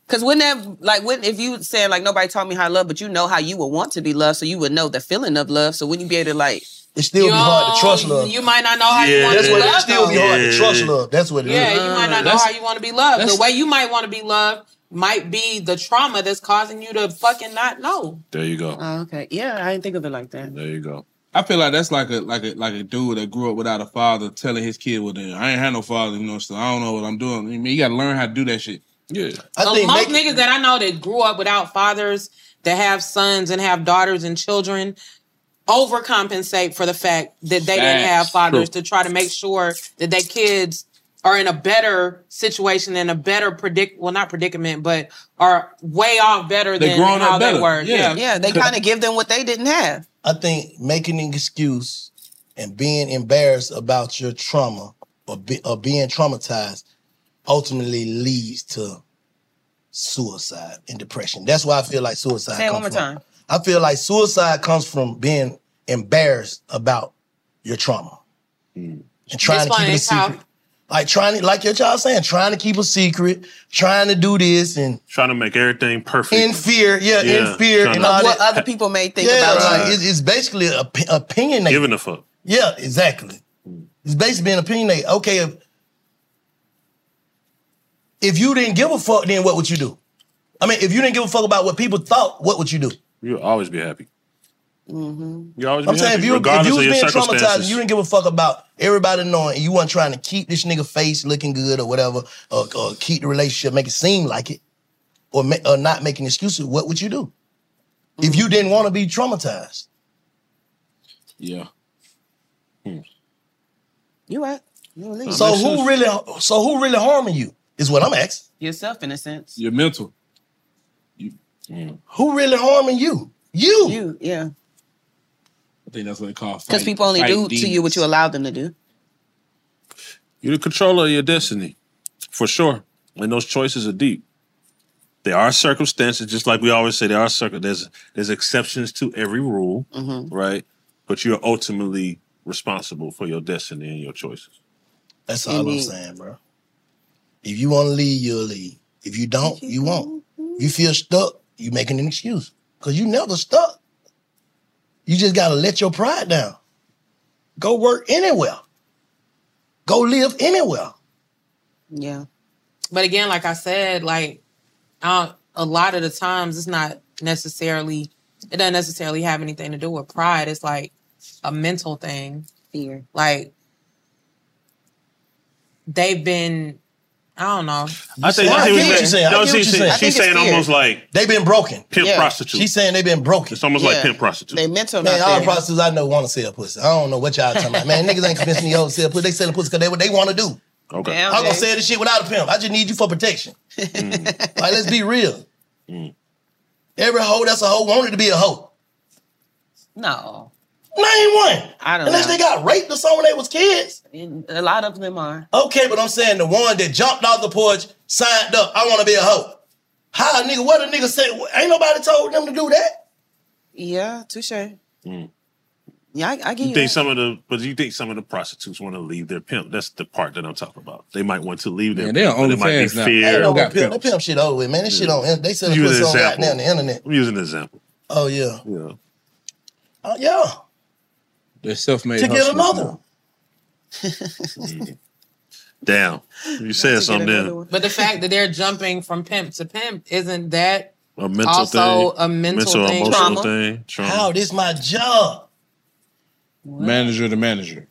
S4: Because wouldn't that like wouldn't if you saying like nobody taught me how to love, but you know how you would want to be loved, so you would know the feeling of love. So wouldn't you be able to like?
S2: It's still
S4: be hard to trust
S2: love.
S6: You might not know how you want to
S2: that's
S6: be
S2: what
S6: loved.
S2: it still be
S6: though.
S2: hard to trust love. That's what it is.
S6: Yeah, you might not know how you want to be loved. The way you might want to be loved might be the trauma that's causing you to fucking not know.
S3: there you go.
S4: Oh, okay, yeah, I didn't think of it like that.
S3: There you go.
S5: I feel like that's like a like a like a dude that grew up without a father telling his kid, "Well, then, I ain't had no father, you know, so I don't know what I'm doing." I mean, you got to learn how to do that shit.
S3: Yeah,
S6: Uh, most niggas that I know that grew up without fathers, that have sons and have daughters and children, overcompensate for the fact that they didn't
S5: Facts.
S6: have fathers
S5: True.
S6: to try to make sure that their kids are in a better situation and a better predict well not predicament but are way off better
S4: They
S6: than
S4: growing up
S6: how they
S4: better.
S6: were
S4: Yeah. Yeah, they kinda give them what they didn't have.
S2: I think making an excuse and being embarrassed about your trauma or, be, or being traumatized ultimately leads to suicide and depression. That's why I feel like suicide.
S4: Say it one
S2: comes
S4: more
S2: from-
S4: time.
S2: I feel like suicide comes from being embarrassed about your trauma and trying to keep it a
S6: Explain how-
S2: secret. Like trying to, like your child saying, trying to keep a secret, trying to do this and
S3: trying to make everything perfect
S2: in fear, yeah, in fear and all
S4: of what
S2: that.
S4: other people may think
S2: yeah,
S4: about
S2: like,
S4: you.
S2: it's, it's basically op- opinionated.
S3: Giving a fuck.
S2: Yeah, exactly.
S3: Mm.
S2: It's basically being opinionated. Okay, if, if you didn't give a fuck, then what would you do? I mean, if you didn't give a fuck about what people thought, what would you do?
S3: You'll always be happy. You always.
S2: I'm
S3: be
S2: saying
S3: happy,
S2: if you, if
S3: regardless
S2: you
S3: of
S2: was
S3: your
S2: being traumatized and
S3: circumstances.
S2: you didn't give a fuck about everybody knowing and you weren't trying to keep this nigga face looking good or whatever, or, or keep the relationship, make it seem like it, or, ma- or not making excuses, what would you do? If
S3: Mm.
S2: you didn't want to be traumatized.
S5: Yeah.
S4: You right? You right.
S2: So who really so who really harming you is what I'm asking.
S4: yourself in a sense?
S5: Your mental.
S2: Who really harming you? You.
S4: You yeah.
S5: I think that's what they call.
S4: Because people only do to you what you allow them to do.
S3: You're the controller of your destiny, for sure. And those choices are deep. There are circumstances, just like we always say, there are circum. There's there's exceptions to every rule, right? But you're ultimately responsible for your destiny and your choices.
S2: That's all I'm saying, bro. If you want to leave, you'll leave. If you don't, you won't. If you feel stuck, you making an excuse. Because you never stuck. You just gotta let your pride down. Go work anywhere. Go live anywhere.
S4: Yeah.
S6: But again, like I said, like I don't- a lot of the times it's not necessarily it doesn't necessarily have anything to do with pride. It's like a mental thing.
S4: Fear.
S6: Like they've been I don't know.
S3: I think- I think
S2: what you're saying. I get
S3: No,
S2: what
S3: she's
S2: you're
S3: saying-
S2: saying.
S3: she's saying
S2: *laughs*
S3: almost like
S2: they've been broken.
S3: pimp Yeah. prostitute.
S2: She's saying they've been broken.
S3: It's almost like Yeah. pimp prostitute. They mental
S2: Man,
S3: not
S2: all
S3: there.
S2: prostitutes I know want to sell pussy. I don't know what y'all talking about. Man, *laughs* niggas ain't convincing y'all to sell pussy. They selling pussy because they what they want to do.
S3: Okay.
S2: I'm gonna sell this shit without a pimp. I just need you
S4: *laughs*
S2: for protection.
S4: Mm.
S2: Like, let's be real.
S3: Mm.
S2: Every hoe that's a hoe wanted to be a hoe.
S4: No.
S2: Name one.
S4: I don't
S2: Unless
S4: know.
S2: they got raped or something when they was kids.
S4: A lot of them are.
S2: Okay, but I'm saying the one that jumped off the porch, signed up, I want to be a hoe. How a nigga, what a nigga said, ain't nobody told them to do that.
S4: Yeah, touche.
S3: Mm.
S4: Yeah, I, I get
S3: You
S4: you.
S3: think
S4: that.
S3: some of the, but you think some of the prostitutes want to leave their pimp? That's the part that I'm talking about. They might want to leave their
S5: Yeah,
S3: pimp.
S5: they're
S3: but it might be
S5: OnlyFans now.
S3: fear.
S2: Ain't no more pimp. That pimp shit over with, man. This shit on, they selling
S3: Use an
S2: pussy on
S3: example.
S2: goddamn the internet.
S3: I'm using an example.
S2: Oh, yeah.
S3: Yeah.
S2: Oh, yeah.
S5: They're self-made.
S2: to get
S5: hustlers
S2: another one.
S3: Damn. You said mm, something there.
S6: But the fact that they're jumping from pimp to pimp isn't that
S3: A mental
S6: also
S3: thing.
S6: a mental, thing.
S3: emotional thing. Trauma.
S2: How this my job?
S5: Manager to manager.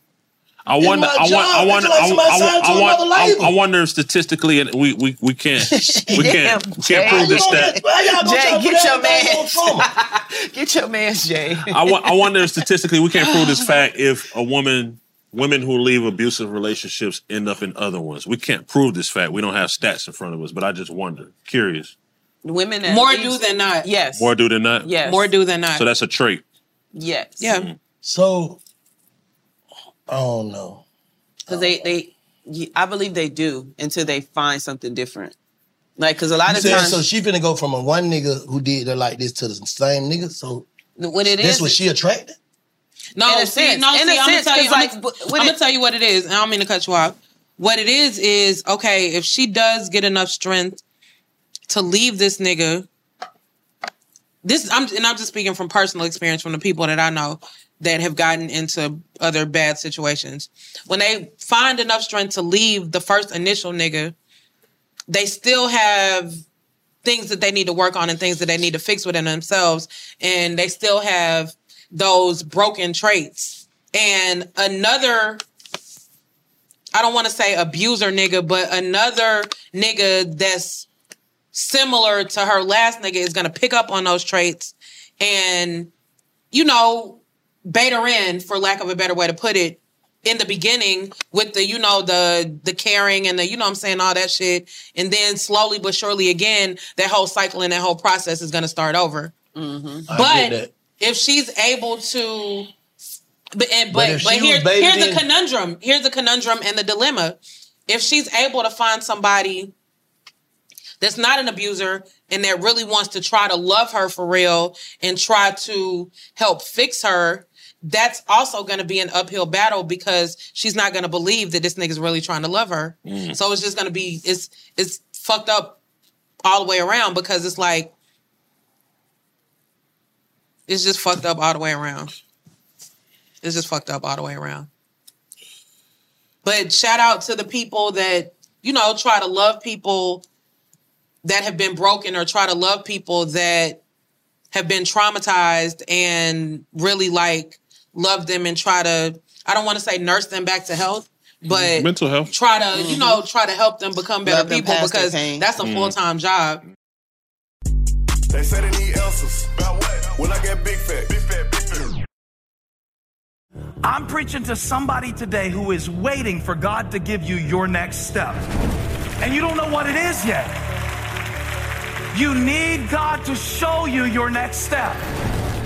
S3: I
S2: It's
S3: wonder.
S2: my
S3: I want.
S2: job.
S3: I
S2: It's
S3: wonder.
S2: like
S3: I,
S2: somebody signed to
S3: I, want-
S2: another
S3: I,
S2: label.
S3: I wonder if statistically, and we we
S2: *laughs*
S3: we can't we
S4: Damn,
S3: can't we
S4: Jay.
S3: can't prove this stat.
S2: Why y'all gonna try
S4: Jay,
S2: to
S4: get
S2: put
S4: your
S2: everybody on
S4: man. get your man, Jay.
S3: I want. I wonder if statistically we can't prove this fact. If a woman, women who leave abusive relationships end up in other ones, we can't prove this fact. We don't have stats in front of us, but I just wonder. Curious.
S4: Women that
S6: More
S4: leaves-
S6: do than not. Yes.
S3: More do than not.
S4: Yes.
S6: More do than not.
S3: So that's a trait.
S4: yes.
S6: Yeah.
S2: So I don't know.
S4: Because they, they, y- I believe they do until they find something different. Like, because a lot
S2: You
S4: of
S2: said,
S4: times
S2: so she finna go from a one nigga who did her like this to the same nigga. So
S4: when it
S2: this
S4: is-
S2: what she attracted.
S6: No,
S4: In a
S6: see,
S4: sense.
S6: no,
S4: In
S6: see,
S4: a
S6: I'm gonna
S4: sense,
S6: tell you,
S4: 'cause, like,
S6: I'm,
S4: w-
S6: gonna,
S4: when
S6: I'm
S4: it-
S6: gonna tell you what it is. and I don't mean to cut you off. What it is is okay. If she does get enough strength to leave this nigga, this I'm and I'm just speaking from personal experience from the people that I know that have gotten into other bad situations. When they find enough strength to leave the first initial nigga, they still have things that they need to work on and things that they need to fix within themselves and they still have those broken traits and another i don't want to say abuser nigga but another nigga that's similar to her last nigga is going to pick up on those traits and you know bait her in for lack of a better way to put it in the beginning with the you know the the caring and the you know what i'm saying all that shit and then slowly but surely again that whole cycle and that whole process is going to start over
S4: Mm-hmm.
S2: I get
S6: but
S2: that.
S6: if she's able to but and,
S2: But
S6: but,
S2: if
S6: but
S2: she was
S6: here,
S2: baby,
S6: here's
S2: then-
S6: the conundrum here's the conundrum and the dilemma if she's able to find somebody that's not an abuser and that really wants to try to love her for real and try to help fix her that's also going to be an uphill battle because she's not going to believe that this nigga's really trying to love her
S10: Mm.
S6: so it's just going to be it's it's fucked up all the way around because it's like it's just fucked up all the way around. It's just fucked up all the way around. But shout out to the people that, you know, try to love people that have been broken or try to love people that have been traumatized and really like love them and try to, I don't want to say nurse them back to health, but
S3: Mm-hmm. Mental health.
S6: try to, you know, try to help them become better
S4: Mm-hmm. Love them
S6: people
S4: past their
S6: because
S4: pain.
S6: that's a
S3: Mm-hmm.
S4: Mhm.
S6: full time job.
S7: They say they need answers. About what? Well, I got big fat. Big fat, big fat.
S11: I'm preaching to somebody today who is waiting for God to give you your next step. And you don't know what it is yet. You need God to show you your next step.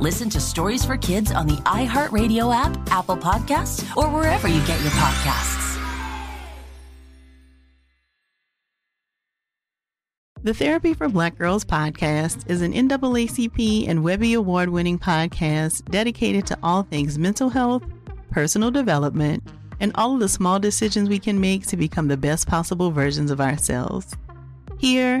S8: Listen to Stories for Kids on the iHeartRadio app, Apple Podcasts, or wherever you get your podcasts.
S9: The Therapy for Black Girls podcast is an NAACP and Webby Award winning podcast dedicated to all things mental health, personal development, and all of the small decisions we can make to become the best possible versions of ourselves. Here,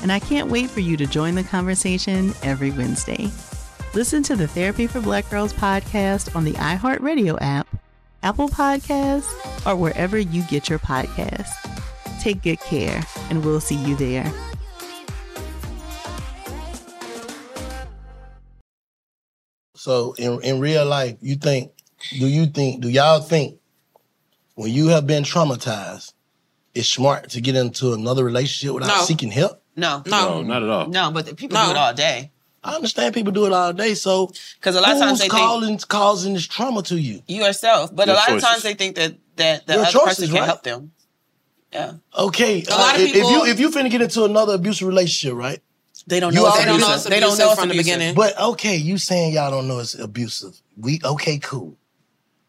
S9: and I can't wait for you to join the conversation every Wednesday. Listen to the Therapy for Black Girls podcast on the iHeartRadio app, Apple Podcasts, or wherever you get your podcasts. Take good care, and we'll see you there.
S2: So in in real life, you think, do you think, do y'all think when you have been traumatized, it's smart to get into another relationship without
S4: No.
S2: seeking help?
S4: No,
S2: No, not at all.
S4: No, but the people
S2: No.
S4: do it all day.
S2: I understand people do it all day, so
S4: because a lot of times they think
S2: who's calling causing this trauma to you.
S4: yourself, but
S2: Your
S4: a lot
S2: choices.
S4: of times they think that that the
S2: Your
S4: other
S2: choices,
S4: person can
S2: right?
S4: help them. Yeah.
S2: Okay,
S4: A lot
S2: uh,
S4: of
S2: if-
S4: people-
S2: if you if you finna get into another abusive relationship, right?
S6: They don't
S2: You
S6: know it's
S2: already
S6: abusive.
S2: said-
S6: They don't know it's from the beginning.
S2: But okay, you saying y'all don't know it's abusive. We okay, cool.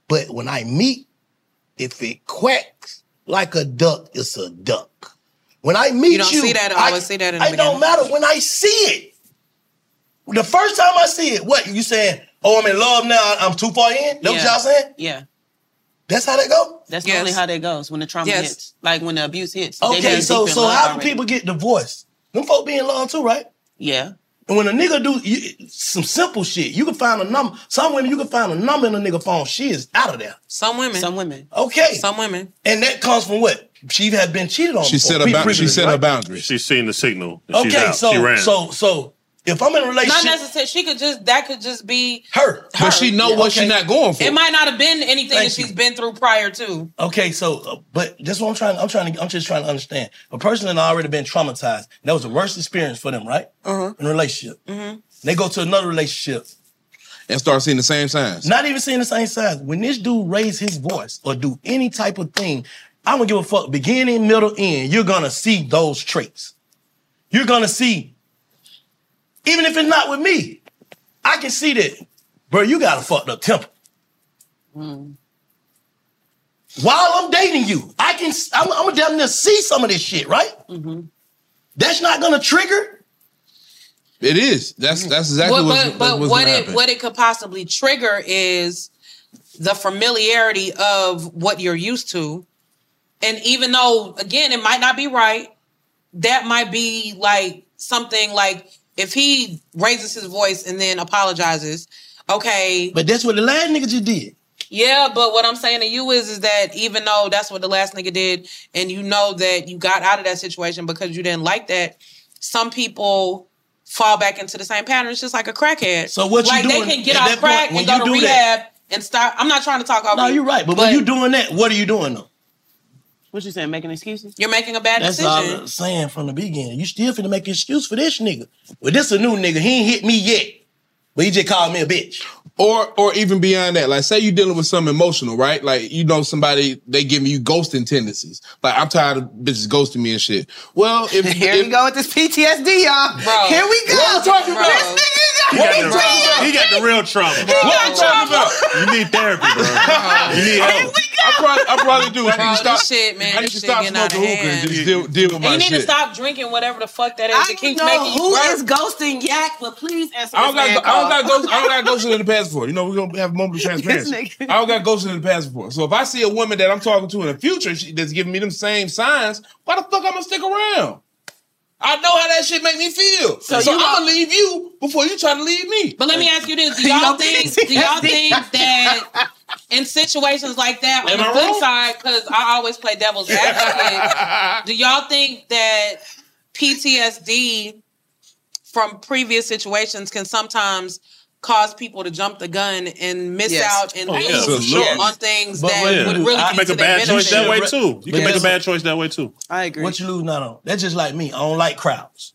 S2: But when I meet, if it quacks like a duck, it's a duck. When I meet you,
S6: You don't see that. Oh, I always see that in the
S2: it
S6: beginning.
S2: don't matter when I see it. The first time I see it, what you saying? Oh, I'm in love now. I'm too far in. That's what
S4: Yeah.
S2: y'all saying?
S4: Yeah.
S2: That's how that go.
S4: That's normally how that goes when the trauma
S2: Yes.
S4: hits, like when the abuse hits. They been
S2: Okay,
S4: deep
S2: so
S4: in
S2: so
S4: love
S2: how do
S4: already.
S2: people get divorced? Them folk be in love too, right?
S4: Yeah.
S2: And when a nigga do you, some simple shit, you can find a number. Some women, you can find a number in a nigga phone. She is out of there.
S6: Some women.
S4: Some women.
S2: Okay.
S6: Some women.
S2: And that comes from what? She had been cheated on.
S3: She
S2: before.
S3: set
S2: We
S3: a bound- she
S2: previously,
S3: set a
S2: right?
S3: boundary. She's seen the signal. and she's
S2: Okay,
S3: out. she
S2: so
S3: ran.
S2: so so if I'm in a relationship,
S6: Not necessarily. She could just that could just be.
S2: her,
S6: But she know what she
S2: not going
S6: It might not have been anything that she's been through prior to.
S2: Okay, so uh, but that's what I'm trying. I'm trying to. I'm just trying to understand. A person that already been traumatized. That was the worst experience for them, right? Uh-huh. In a relationship,
S6: Mm-hmm.
S2: they go to another relationship.
S10: and start seeing the same signs.
S2: Not even seeing the same signs. When this dude raise his voice or do any type of thing, I don't give a fuck. Beginning, middle, end, you're gonna see those traits. You're gonna see, even if it's not with me, I can see that, bro. You got a fucked up temper.
S10: Hmm.
S2: While I'm dating you, I can. I'm, I'm gonna damn near see some of this shit, right?
S4: Mm-hmm.
S2: That's not gonna trigger.
S10: It is. That's
S3: Mm.
S10: that's exactly
S6: What-
S10: what's,
S6: but but
S10: what's
S6: what
S10: gonna
S6: it
S10: happen.
S6: what it could possibly trigger is the familiarity of what you're used to, and even though again it might not be right, that might be like something like if he raises his voice and then apologizes. Okay,
S2: But that's what the last nigga just did.
S6: Yeah, but what I'm saying to you is, is that even though that's what the last nigga did, and you know that you got out of that situation because you didn't like that, some people fall back into the same pattern. It's just like a crackhead.
S2: So what you
S6: like
S2: doing
S6: they can get
S2: at
S6: off
S2: that
S6: crack
S2: point,
S6: and
S2: when
S6: go to
S2: you
S6: rehab
S2: do that-
S6: and stop. I'm not trying to talk over.
S2: No,
S6: you.
S2: you're right. But, when you doing that, what are you doing though?
S4: What you saying? Making excuses?
S6: You're making a bad
S2: That's all
S6: decision.
S2: I'm saying from the beginning. You still finna make an excuse for this nigga. Well, this a new nigga. He ain't hit me yet. But he just called me a bitch.
S10: Or or even beyond that, like say you're dealing with something emotional, right? Like you know somebody they giving you ghosting tendencies. Like I'm tired of bitches ghosting me and shit. Well, if
S4: *laughs* Here we go with this PTSD, y'all.
S10: Bro.
S4: Here we go.
S10: What I'm talking about?
S4: This nigga
S3: He
S4: got
S3: got, the, he got the real trauma.
S4: He got
S3: What I'm talking about? You need therapy,
S4: *laughs*
S3: bro. You need help.
S10: I probably, I probably do. I
S6: Bro,
S10: need to stop,
S6: this shit, man,
S10: I need
S6: this
S10: to
S6: shit
S10: stop
S6: getting out of
S10: smoking hookah and just deal, deal with
S6: And
S10: my
S6: you need to
S10: shit.
S6: stop drinking whatever the fuck that is.
S4: I
S6: that
S4: don't
S6: keeps
S4: know
S6: making you
S4: who
S6: burp.
S4: is ghosting Yak, but please answer
S10: I don't
S4: this
S10: got
S4: man
S10: I don't
S4: call. *laughs*
S10: got ghost I don't got ghosted in the past before. You know, we're gonna have a
S6: *laughs*
S10: moment of transparency.
S4: This
S10: I
S4: nigga.
S10: don't got ghosted in the past before. So if I see a woman that I'm talking to in the future she, that's giving me them same signs, why the fuck I'm gonna stick around? I know how that shit make me feel. So,
S6: So you
S10: I'm
S6: gon-
S10: gonna leave you before you try to leave me.
S6: But let me ask you
S4: *laughs*
S6: this: Do y'all think? Do y'all think that in situations like that, on
S10: Am
S6: the
S10: I
S6: flip
S10: wrong?
S6: side, because I always play devil's
S4: *laughs*
S6: advocate, do y'all think that PTSD from previous situations can sometimes cause people to jump the gun and miss
S4: Yes.
S6: out and
S4: Oh,
S6: lose
S4: yeah, for
S3: sure.
S6: on things
S3: But
S6: that
S3: yeah,
S6: would
S3: you
S6: really
S3: can
S6: be
S3: make
S6: to
S3: a
S6: their
S3: bad choice
S6: benefit?
S3: that way too. You can make
S2: Because-
S3: a bad choice that way too.
S4: I agree.
S2: What you lose not on. That's just like me. I don't like crowds.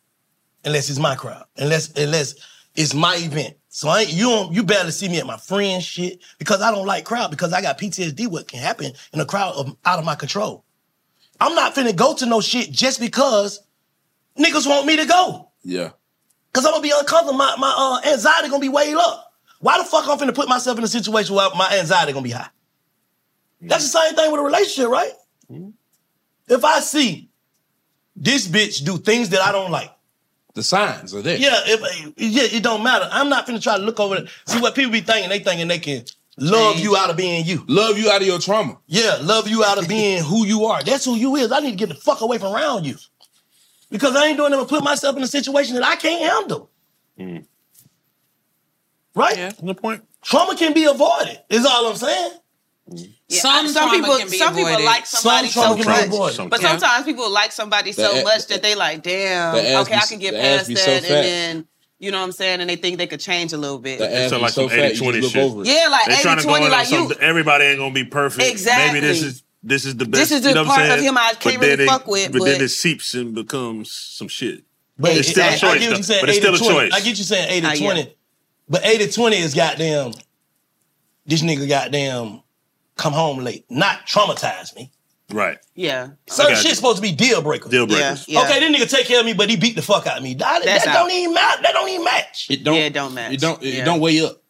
S2: Unless it's my crowd. Unless unless it's my event. So I ain't, you don't you barely see me at my friend's shit because I don't like crowd because I got PTSD what can happen in a crowd of, out of my control. I'm not finna go to no shit just because niggas want me to go.
S10: Yeah.
S2: Cause I'm gonna be uncomfortable. My my uh, anxiety gonna be way up. Why the fuck I'm finna put myself in a situation where my anxiety gonna be high? That's the same thing with a relationship, right? If I see this bitch do things that I don't like,
S10: the signs are there.
S2: Yeah, if yeah, it don't matter. I'm not finna try to look over. There. See what people be thinking. They thinking they can love you out of being you.
S10: Love you out of your trauma.
S2: Yeah, love you out of being who you are. That's who you is. I need to get the fuck away from around you. Because I ain't doing nothing but put myself in a situation that I can't handle. Right? Yeah,
S3: the point.
S2: Trauma can be avoided, is all I'm saying.
S6: Some,
S4: some
S6: trauma
S4: people,
S6: can be
S4: some people
S6: avoided.
S4: like somebody
S2: Some trauma
S4: so
S2: can be
S4: much,
S2: avoided.
S4: but
S2: Yeah.
S4: sometimes people like somebody so
S2: The a-
S4: much that they like, damn,
S10: the ass
S4: okay,
S10: be
S4: I
S10: so-
S4: can get
S10: the ass
S4: past
S10: be
S4: that,
S10: so
S4: and
S10: fat.
S4: then you know what I'm saying, and they think they could change a little bit.
S10: The ass
S3: It's
S10: be
S3: like
S10: so
S3: some
S10: fat, you
S3: 80
S10: just
S3: 20
S10: look
S3: shit.
S10: over it.
S4: Yeah, like
S3: They trying to go
S4: 80-20,
S3: in
S4: like you-
S3: something- Everybody ain't gonna be perfect.
S4: Exactly.
S3: Maybe this is this is the best.
S4: This is the
S3: you know what I'm
S4: part of
S3: saying?
S4: him I
S3: But
S4: can't
S3: then
S4: really
S3: it-
S4: fuck with,
S3: But, then
S4: but-
S3: it seeps and becomes some shit.
S2: But
S3: it's still a
S2: I- I
S3: choice.
S2: get what you
S3: though.
S2: saying,
S3: but it's still a
S2: 80-20.
S3: choice.
S2: I get you saying 80
S3: Ah, yeah.
S2: 20. But 80 20 is goddamn, this nigga goddamn come home late. Not traumatize me.
S3: Right.
S4: Yeah.
S2: Certain shit's supposed to be deal breaker.
S3: Deal
S4: breakers. Yeah, yeah.
S2: Okay, this nigga take care of me, but he beat the fuck out of me. That,
S4: That's
S2: that
S4: out.
S2: don't even matter. That don't even match.
S5: It don't.
S4: Yeah, it don't match.
S5: It don't. It
S4: Yeah.
S5: don't weigh up.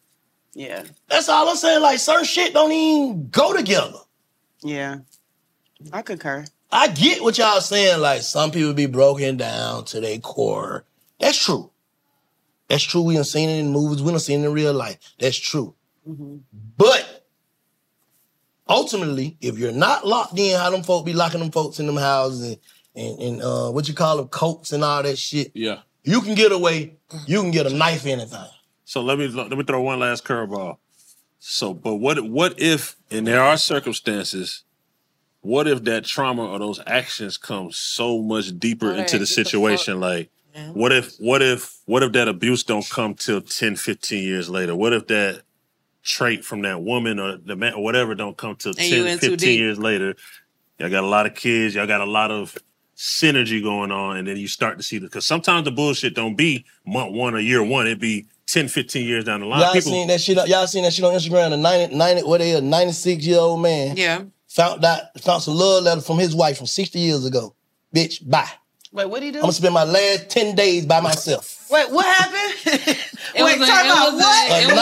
S4: Yeah.
S2: That's all I'm saying. Like certain shit don't even go together.
S4: Yeah. I concur.
S2: I get what y'all saying. Like some people be broken down to their core. That's true. That's true. We done seen it in movies. We done seen it in real life. That's true.
S6: Mm-hmm.
S2: But ultimately, if you're not locked in, how them folk be locking them folks in them houses and and, and uh, what you call them coats and all that shit.
S5: Yeah.
S2: You can get away. You can get a knife in anything.
S3: So let me let me throw one last curveball. So, but what what if, and there are circumstances, what if that trauma or those actions come so much deeper
S12: Alright,
S3: into the
S12: get the fuck-
S3: situation? like, what if what if what if that abuse don't come till 10, 15 years later? What if that trait from that woman or the man or whatever don't come till
S12: And you
S3: 10,
S12: in too
S3: 15
S12: deep.
S3: years later? Y'all got a lot of kids, y'all got a lot of synergy going on, and then you start to see the because sometimes the bullshit don't be month one or year one, it be 10, 15 years down the line.
S2: Y'all
S3: People-
S2: seen that shit? on- Y'all seen that shit on Instagram? A 90, 90 what they a ninety six year old man.
S4: Yeah.
S2: Found out found some love letter from his wife from sixty years ago. Bitch, bye.
S4: Wait, what did he do?
S2: I'm gonna spend my last ten days by myself.
S4: Wait, what happened?
S6: It
S4: Wait,
S6: was a-
S4: talk
S6: it
S4: about
S6: was a-
S4: what?
S6: it was a-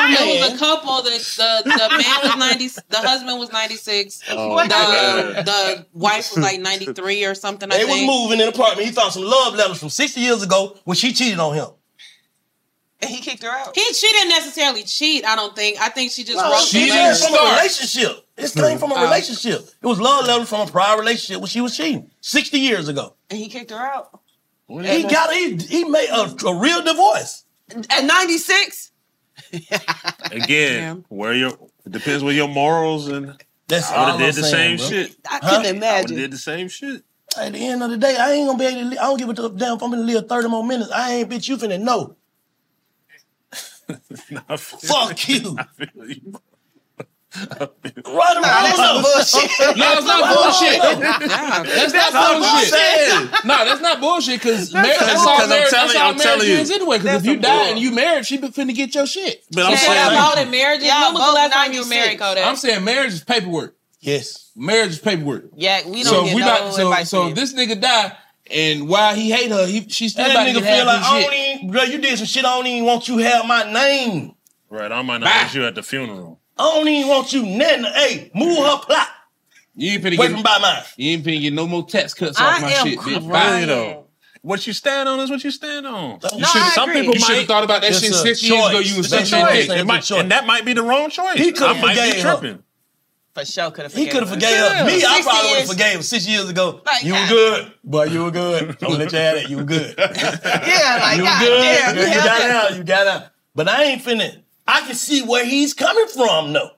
S6: *laughs* It
S2: man.
S6: was a couple. The, the, the man was ninety. The husband was ninety six.
S2: Oh,
S6: the,
S2: God.
S6: the wife was like ninety three or something. I
S2: they was
S6: think.
S2: moving in an apartment. He found some love letters from sixty years ago when she cheated on him.
S4: And he kicked her out.
S6: He she didn't necessarily cheat. I don't think. I think she just
S2: No,
S6: wrote.
S2: she
S6: the
S2: came
S6: letter.
S2: from a relationship. This came from a
S6: Oh.
S2: relationship. It was love letter from a prior relationship when she was cheating sixty years ago.
S4: And he kicked her out.
S2: He got he he made a, a real divorce
S4: at ninety six.
S3: Again, where your it depends where your morals and
S2: That's
S3: I
S2: all
S3: would have
S2: I'm
S3: did the
S2: saying,
S3: same
S2: bro.
S3: shit.
S4: I
S2: Huh?
S4: couldn't
S3: I would
S4: imagine.
S3: have did the same shit. *laughs*
S2: At the end of the day, I ain't gonna be able to. Live. I don't give a damn if I'm gonna live thirty more minutes. I ain't bitch. You finna know.
S3: *laughs*
S2: Fuck you. Right
S3: *laughs*
S5: Nah,
S2: around
S5: that's not bullshit. No, it's not bullshit. That's, not bullshit. No, that's not bullshit because
S3: That's
S5: that's,
S3: not
S5: all
S3: bullshit.
S5: marriage,
S3: I'm
S5: that's
S3: telling-
S5: all
S3: I'm telling
S5: marriage
S3: you.
S5: is anyway. Because if
S3: That's
S5: you
S3: a
S5: die
S3: bull.
S5: and you married, she been finna get your shit.
S3: But I'm Yeah, saying-
S6: that's all that marriage is. When was the last time you were married, Kodak?
S5: I'm saying marriage is paperwork.
S2: Yes,
S5: marriage is paperwork.
S6: Yeah, we don't
S5: So
S6: get
S5: we
S6: no
S5: not. So,
S6: advice
S5: so
S6: from
S5: if this nigga die and while he hate her, he she still
S2: That
S5: about to
S2: nigga
S5: get
S2: feel like
S5: half
S2: I
S5: his
S2: don't
S5: shit.
S2: even, bro. You did some shit. I don't even want you to have my name.
S3: Right, *laughs* I might not ask you at the funeral.
S2: I don't even want you nothing. Hey, move her plot.
S5: You ain't finna
S2: Wait
S5: get
S2: from by mine.
S5: You ain't finna get no more tax cuts
S3: I
S5: off my
S3: am
S5: shit, bitch.
S3: crying.
S5: Bye. though.
S3: What you stand on is what you stand on.
S5: You No, should've- I some agree. people
S3: you should
S5: might-
S3: have thought about that
S5: It's
S3: shit
S5: a
S3: six years ago.
S5: choice.
S3: You was
S5: It's a
S3: such a
S5: choice.
S3: dick.
S5: It's
S3: It
S5: a
S3: might-
S5: choice.
S3: and that might be the wrong choice.
S2: He could've
S3: I might be
S2: forgave her.
S3: tripping.
S4: For sure could have
S2: He could have forgave her. Me, I probably would have forgave him six years ago.
S4: Like,
S2: you were
S4: God.
S2: good, boy. You were good. Don't let you have it. You were good.
S4: Yeah, *laughs* like
S2: you were
S4: God
S2: good.
S4: damn, you
S2: you
S4: held
S2: got
S4: that.
S2: out. You got out. But I ain't finna. I can see where he's coming from, though.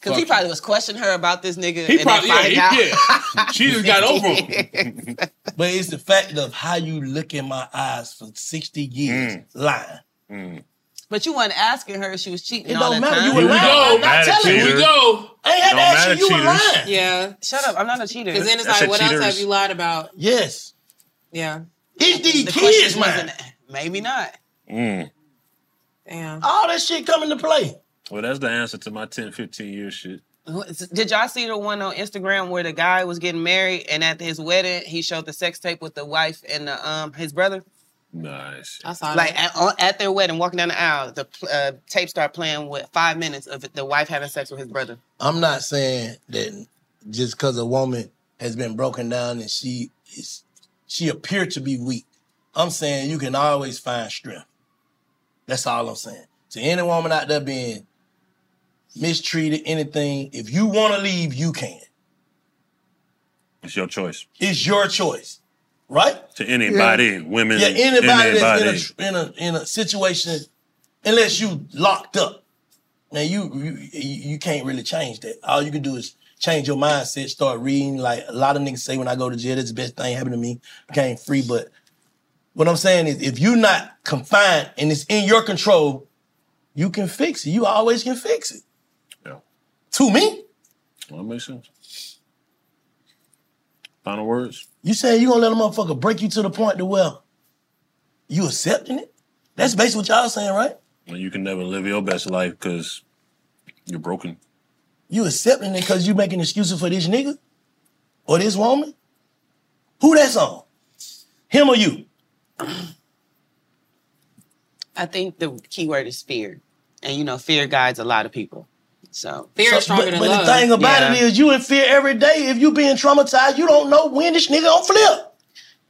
S4: Because he probably was questioning her about this nigga.
S2: He
S4: and
S2: probably-
S4: then find
S2: yeah, he-
S4: out.
S2: She just got
S4: *laughs*
S2: over
S4: him.
S2: But it's the fact of how you look in my eyes for sixty years, lying.
S4: but you weren't asking her if she was cheating.
S2: It
S4: all
S2: don't
S4: that
S2: matter.
S4: Time.
S2: You were Here we lying. go. I'm not Matter, telling you. cheater. Here we go. I ain't had to Don't ask you. matter, You were cheaters. lying.
S6: Yeah.
S4: Shut up. I'm not a cheater.
S6: Because then it's
S4: That's
S6: like,
S4: a
S6: what else
S4: cheater's-
S6: have you lied about?
S2: Yes.
S6: Yeah.
S2: It's these
S4: The question
S2: kids, man.
S4: wasn't- Maybe not.
S3: Mm.
S6: Damn.
S2: All that shit come into play.
S3: Well, that's the answer to my 10, 15 year shit.
S4: Did y'all see the one on Instagram where the guy was getting married and at his wedding he showed the sex tape with the wife and the um his brother?
S3: Nice.
S6: I saw
S4: Like
S6: that.
S4: at, on- at their wedding, walking down the aisle, the pl- uh, tape started playing with five minutes of the wife having sex with his brother.
S2: I'm not saying that just because a woman has been broken down and she is she appeared to be weak. I'm saying you can always find strength. That's all I'm saying. To any woman out there being mistreated, anything, if you want to leave, you can.
S3: It's your choice.
S2: It's your choice, right?
S3: To anybody,
S2: Yeah.
S3: women,
S2: yeah, anybody,
S3: anybody.
S2: that's in a, in a in a situation, unless you locked up, now you you you you can't really change that. All you can do is change your mindset, start reading. Like a lot of niggas say, when I go to jail, that's the best thing happened to me. Became free, but what I'm saying is, if you're not confined and it's in your control, you can fix it. You always can fix it.
S3: Yeah.
S2: To me,
S3: Well, that makes sense. Final words.
S2: you saying you gonna let a motherfucker break you to the point to where you accepting it? That's basically what y'all saying, right?
S3: And you can never live your best life because you're broken.
S2: You accepting it because you making excuses for this nigga? or this woman? Who that's on? Him or you?
S4: I think the key word is fear, and you know, fear guides a lot of people. So fear
S2: So-
S4: is stronger
S2: but,
S4: than
S2: but
S4: love.
S2: the thing about
S4: Yeah.
S2: it is, you in fear every day. If you being traumatized, you don't know when this nigga gonna flip.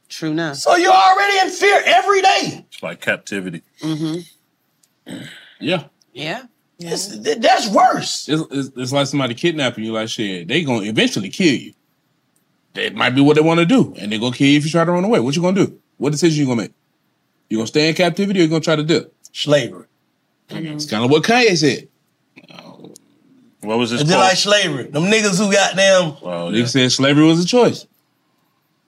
S4: True enough.
S2: So you're already in fear every day.
S3: It's like captivity.
S4: Mm-hmm.
S5: Yeah.
S4: Yeah.
S2: that's worse.
S5: It's, it's, it's like somebody kidnapping you. Like shit, they gonna eventually kill you. That might be what they want to do, and they gonna kill you if you try to run away. What you gonna do? What decision you gonna make? You gonna stay in captivity or you gonna try to dip?
S2: Slavery.
S5: It's kind of what Kanye said.
S3: Oh. What was
S2: It's like slavery. Them niggas who got them.
S3: Well,
S5: they said slavery was a choice.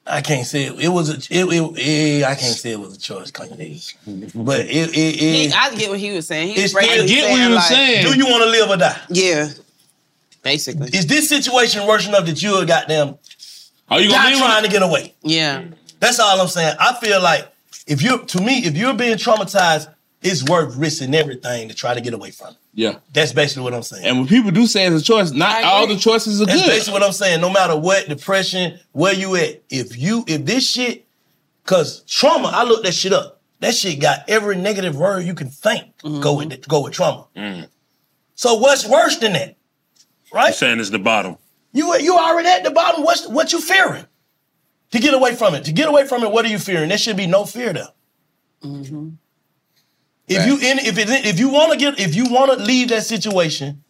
S2: I can't say it, it was a. It, it, it- I can't say it was a choice, Kanye. But it. it, it
S4: He, I get what he was saying. He was basically like,
S2: Do you want to live or die?
S4: Yeah. Basically.
S2: Is this situation worse enough that you a goddamn
S5: Are you
S2: not trying to get away?
S4: Yeah.
S2: That's all I'm saying. I feel like if you to me, if you're being traumatized, it's worth risking everything to try to get away from it.
S5: Yeah.
S2: That's basically what I'm saying.
S5: And when people do say it's a choice, not all the choices are
S2: That's
S5: good.
S2: basically what I'm saying. No matter what, depression, where you at, if you, if this shit, cause trauma, I looked that shit up. That shit got every negative word you can think go with go with trauma.
S3: Mm.
S2: So what's worse than that?
S3: You're saying it's the bottom.
S2: You you already at the bottom. What's what you fearing? To get away from it. To get away from it, what are you fearing? There should be no fear there. If you in if it, if you want to get if you want to leave that situation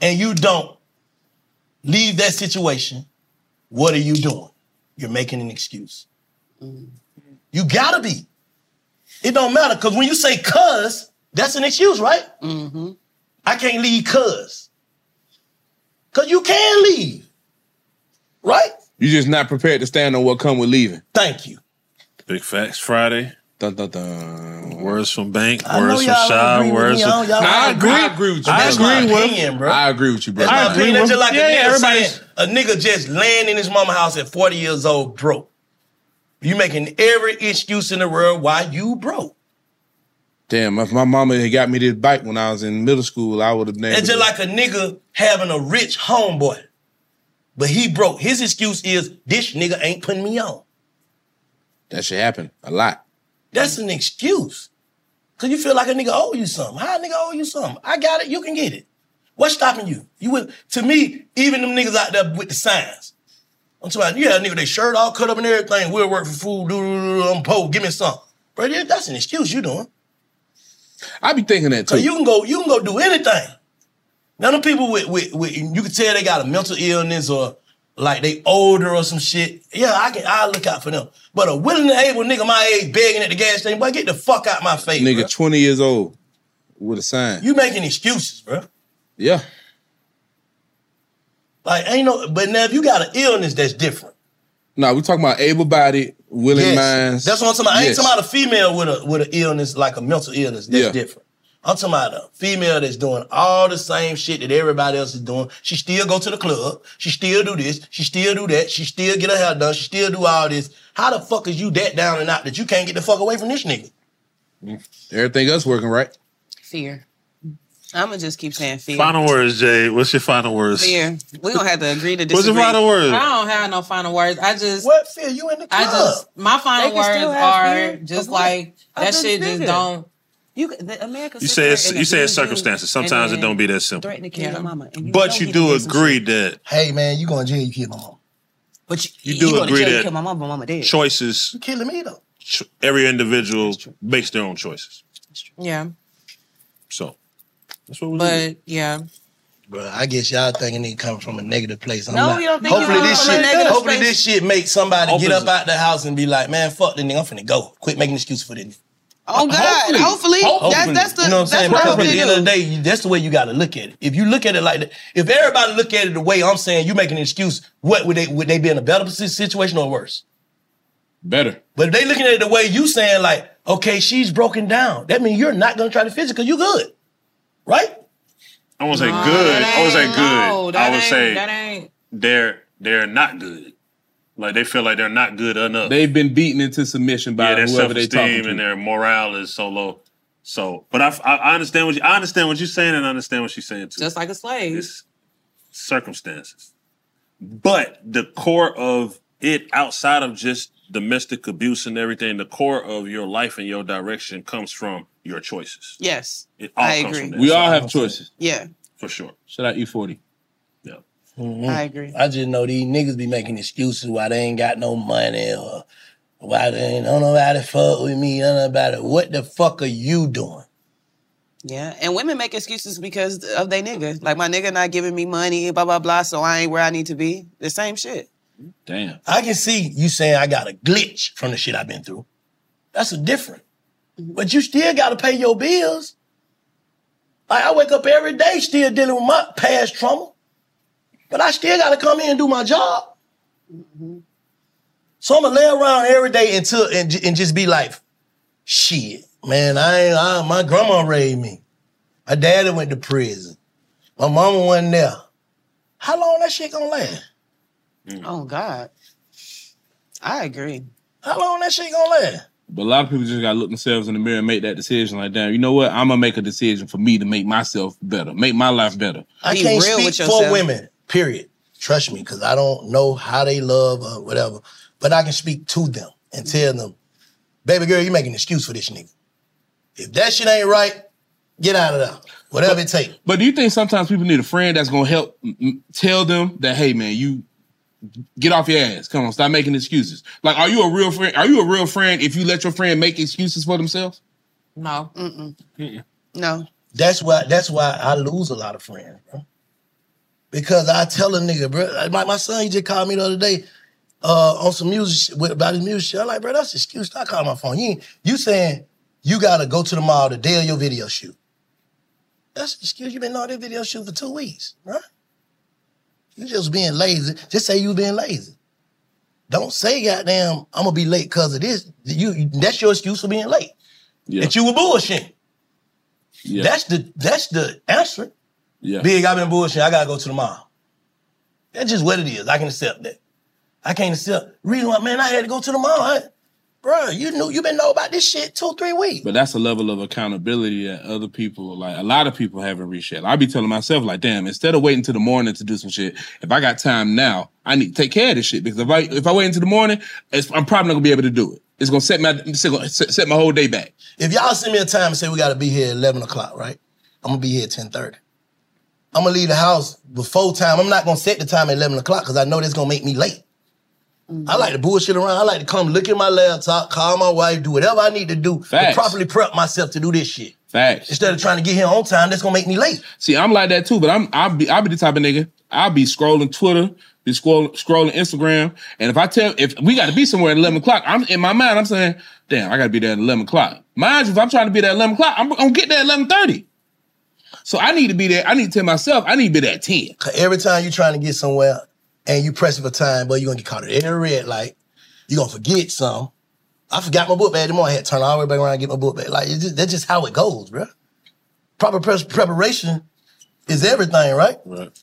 S2: and you don't leave that situation, what are you doing? You're making an excuse. You gotta be. It don't matter because when you say "cuz," that's an excuse, right?
S4: Mm-hmm.
S2: I can't leave cuz. Cause you can leave. Right?
S5: You're just not prepared to stand on what come with leaving.
S2: Thank you.
S3: Big facts Friday.
S5: Dun, dun, dun.
S3: Words from Bank.
S5: I know
S3: words from
S5: y'all
S3: Shy.
S5: agree with
S3: Words
S5: me.
S3: from.
S5: Y'all- y'all- I agree- I agree with you.
S2: That's
S5: I agree
S2: my
S5: with-
S2: opinion, bro.
S5: I agree with you, bro.
S2: That's
S5: I
S2: my
S5: agree
S2: opinion. That's
S5: with-
S2: just like
S5: Yeah,
S2: a
S5: yeah,
S2: nigga
S5: everybody's-
S2: saying a nigga just laying in his mama house at 40 years old broke. You making every excuse in the world why you broke.
S5: Damn, if my mama had got me this bike when I was in middle school, I would have never.
S2: It's just like a nigga having a rich homeboy. But he broke. His excuse is this nigga ain't putting me on.
S5: that shit happened a lot.
S2: That's an excuse. Cause you feel like a nigga owe you something. How a nigga owe you something? I got it. You can get it. What's stopping you? You would to me, even them niggas out there with the signs. I'm talking about you had a nigga they shirt all cut up and everything. We'll work for food. doo, doo, doo, doo, I'm poor. Give me some. Bro, that- that's an excuse you doing.
S5: I be thinking that
S2: So
S5: too.
S2: you can go, you can go do anything. Now them people with, with, with you can tell they got a mental illness or like they older or some shit. Yeah, I can I look out for them. But a willing and able nigga my age begging at the gas station, boy, get the fuck out my face.
S5: nigga,
S2: bruh.
S5: 20 years old with a sign.
S2: You making excuses, bro.
S5: Yeah.
S2: Like ain't no. But now if you got an illness, that's different.
S5: No, we talking about able-bodied, willing
S2: Yes.
S5: minds.
S2: That's what I'm talking about. I ain't
S5: Yes.
S2: talking about a female with a with an illness like a mental illness. That's
S5: Yeah.
S2: different. I'm talking about a female that's doing all the same shit that everybody else is doing. She still go to the club. She still do this. She still do that. She still get her hair done. She still do all this. How the fuck is you that down and out that you can't get the fuck away from this nigga?
S5: Everything else working right.
S4: Fear. I'ma just keep saying fear.
S3: Final words, Jay. What's your final words?
S4: Fear. We're gonna have to agree to disagree.
S3: What's your final word?
S6: I don't have no final words. I just
S2: what fear you in the
S6: I just my final
S4: They can
S6: words
S4: still have
S6: are
S4: fear
S6: just
S4: of what?
S6: like
S4: Of
S6: that
S4: this
S6: shit just
S4: nigga. *laughs*
S6: don't.
S4: You c- the America.
S3: You
S4: sit
S3: say
S4: there
S3: it's-
S4: and
S3: you say it's
S4: abuse you
S3: circumstances.
S4: and
S3: Sometimes it
S4: then
S3: don't be that simple.
S4: Threaten to kill your mama. And
S3: But you do agree that
S2: Hey man, you gonna jail? You kill my mama?
S4: But you,
S3: You do
S4: go to
S3: agree
S4: jail, you
S3: that
S4: kill my mama, my mama dead.
S3: choices,
S2: You killing me though.
S3: ch- every individual makes their own choices.
S6: Yeah,
S3: So that's what we
S6: but yeah.
S2: Bro, I guess y'all thinking it coming from a negative place. I'm
S6: No,
S2: not.
S6: we don't think it
S2: hopefully
S6: coming
S2: this
S6: from a
S2: shit,
S6: negative
S2: hopefully
S6: place.
S2: this shit makes somebody get up
S6: Opposite.
S2: out the house and be like, man, fuck this nigga, I'm finna go. Quit making excuses for this. nigga."
S4: Oh God! Hopefully, That's, that's the
S2: you know
S4: that's
S2: what I'm saying.
S4: what I
S2: Because
S4: hope
S2: at
S4: they
S2: the
S4: do.
S2: end of the day, you- that's the way you got to look at it. If you look at it like that, if everybody look at it the way I'm saying, you making an excuse. What would they would they be in a better posi- situation or worse?
S5: Better.
S2: But if they looking at it the way you saying, like, okay, she's broken down. That means you're not gonna try to fix it because you good, right?
S3: I won't say
S2: No,
S3: good.
S2: that
S3: I won't say
S2: ain't-
S3: good.
S2: no, that
S3: I would
S2: ain't-
S3: say
S2: that
S6: ain't.
S3: they're they're not good. Like they feel like they're not good enough.
S5: They've been beaten into submission by
S3: yeah, their self
S5: whoever they talking
S3: esteem
S5: to.
S3: and their morale is so low. So, but I, I I understand what you I understand what you're saying and I understand what she's saying too.
S6: Just like a slave.
S3: It's circumstances. But the core of it, outside of just domestic abuse and everything, the core of your life and your direction comes from your choices.
S4: Yes.
S3: It all
S4: I
S3: comes
S4: agree.
S3: from that.
S5: We all have choices.
S4: Yeah.
S3: For sure.
S5: Shout out E E40.
S4: I agree.
S2: Mm-hmm. I just know these niggas be making excuses why they ain't got no money or why they ain't don't nobody fuck with me, don't nobody. What the fuck are you doing?
S4: Yeah, and women make excuses because of they nigga. Like my nigga not giving me money, blah blah blah. So I ain't where I need to be. The same shit.
S5: Damn.
S2: I can see you saying I got a glitch from the shit I've been through. That's a different. But you still gotta pay your bills. Like I wake up every day still dealing with my past trauma. But I still gotta come here and do my job. So I'ma lay around every day until and, ju- and just be like, shit, man, I ain't I, my grandma raised me. My daddy went to prison. My mama wasn't there. How long that shit gonna last?
S4: Oh God. I agree.
S2: How long that shit gonna last?
S5: But a lot of people just gotta look themselves in the mirror and make that decision. Like, damn, you know what? I'm gonna make a decision for me to make myself better, make my life better.
S2: I can't speak for women, period. Trust me, because I don't know how they love or whatever, but I can speak to them and tell them, baby girl, you making an excuse for this nigga. If that shit ain't right, get out of there. Whatever it takes.
S5: But do you think sometimes people need a friend that's gonna help mm, mm, tell them that, hey man, you get off your ass. Come on, stop making excuses. Like, are you a real friend? Are you a real friend if you let your friend make excuses for themselves?
S6: No.
S4: Mm-mm. No.
S2: That's why that's why I lose a lot of friends, bro. Because I tell a nigga, bro, like my, my son, he just called me the other day uh, on some music shit, with- about his music shit. I'm like, bro, that's excuse. Stop calling my phone. You, ain't- you saying you gotta go to the mall the day of your video shoot. That's an excuse. You've been on that video shoot for two weeks, right? You just being lazy. Just say you being lazy. Don't say goddamn, I'm gonna be late because of this. You you- that's your excuse for being late. That you were bullshitting. That's the that's the answer.
S5: Yeah.
S2: Big, I've been bullshitting. I gotta go to the mall. That's just what it is. I can accept that. I can't accept. Reason why, man, I had to go to the mall. I, bruh, you knew you been know about this shit two, three weeks.
S5: But that's a level of accountability that other people, like a lot of people, haven't reached yet. I be telling myself, like, damn, instead of waiting till the morning to do some shit, if I got time now, I need to take care of this shit because if I if I wait until the morning, it's, I'm probably not gonna be able to do it. It's gonna set my it's gonna set set my whole day back.
S2: If y'all send me a time and say we gotta be here at 11 o'clock, right? I'm gonna be here at 10:30. I'm gonna leave the house before time. I'm not gonna set the time at 11 o'clock because I know that's gonna make me late. I like to bullshit around. I like to come look at my laptop, call my wife, do whatever I need to do
S5: Facts.
S2: to properly prep myself to do this shit.
S5: Facts.
S2: Instead of trying to get here on time, that's gonna make me late.
S5: See, I'm like that too, but I'm I'll be I'll be the type of nigga. I'll be scrolling Twitter, be scrolling scrolling Instagram, and if I tell if we got to be somewhere at eleven o'clock, I'm in my mind I'm saying, damn, I got to be there at eleven o'clock. Mind you, if I'm trying to be there at eleven o'clock, I'm gonna get there at eleven thirty. So I need to be there. I need to tell myself I need to be there at ten.
S2: 'Cause Every time you're trying to get somewhere and you pressing for time, boy, you're gonna get caught at every red light. You're gonna forget some. I forgot my book bag tomorrow. I had to turn all the way back around and get my book bag. Like it's just, that's just how it goes, bruh. Proper pres- preparation is everything, right?
S3: Right.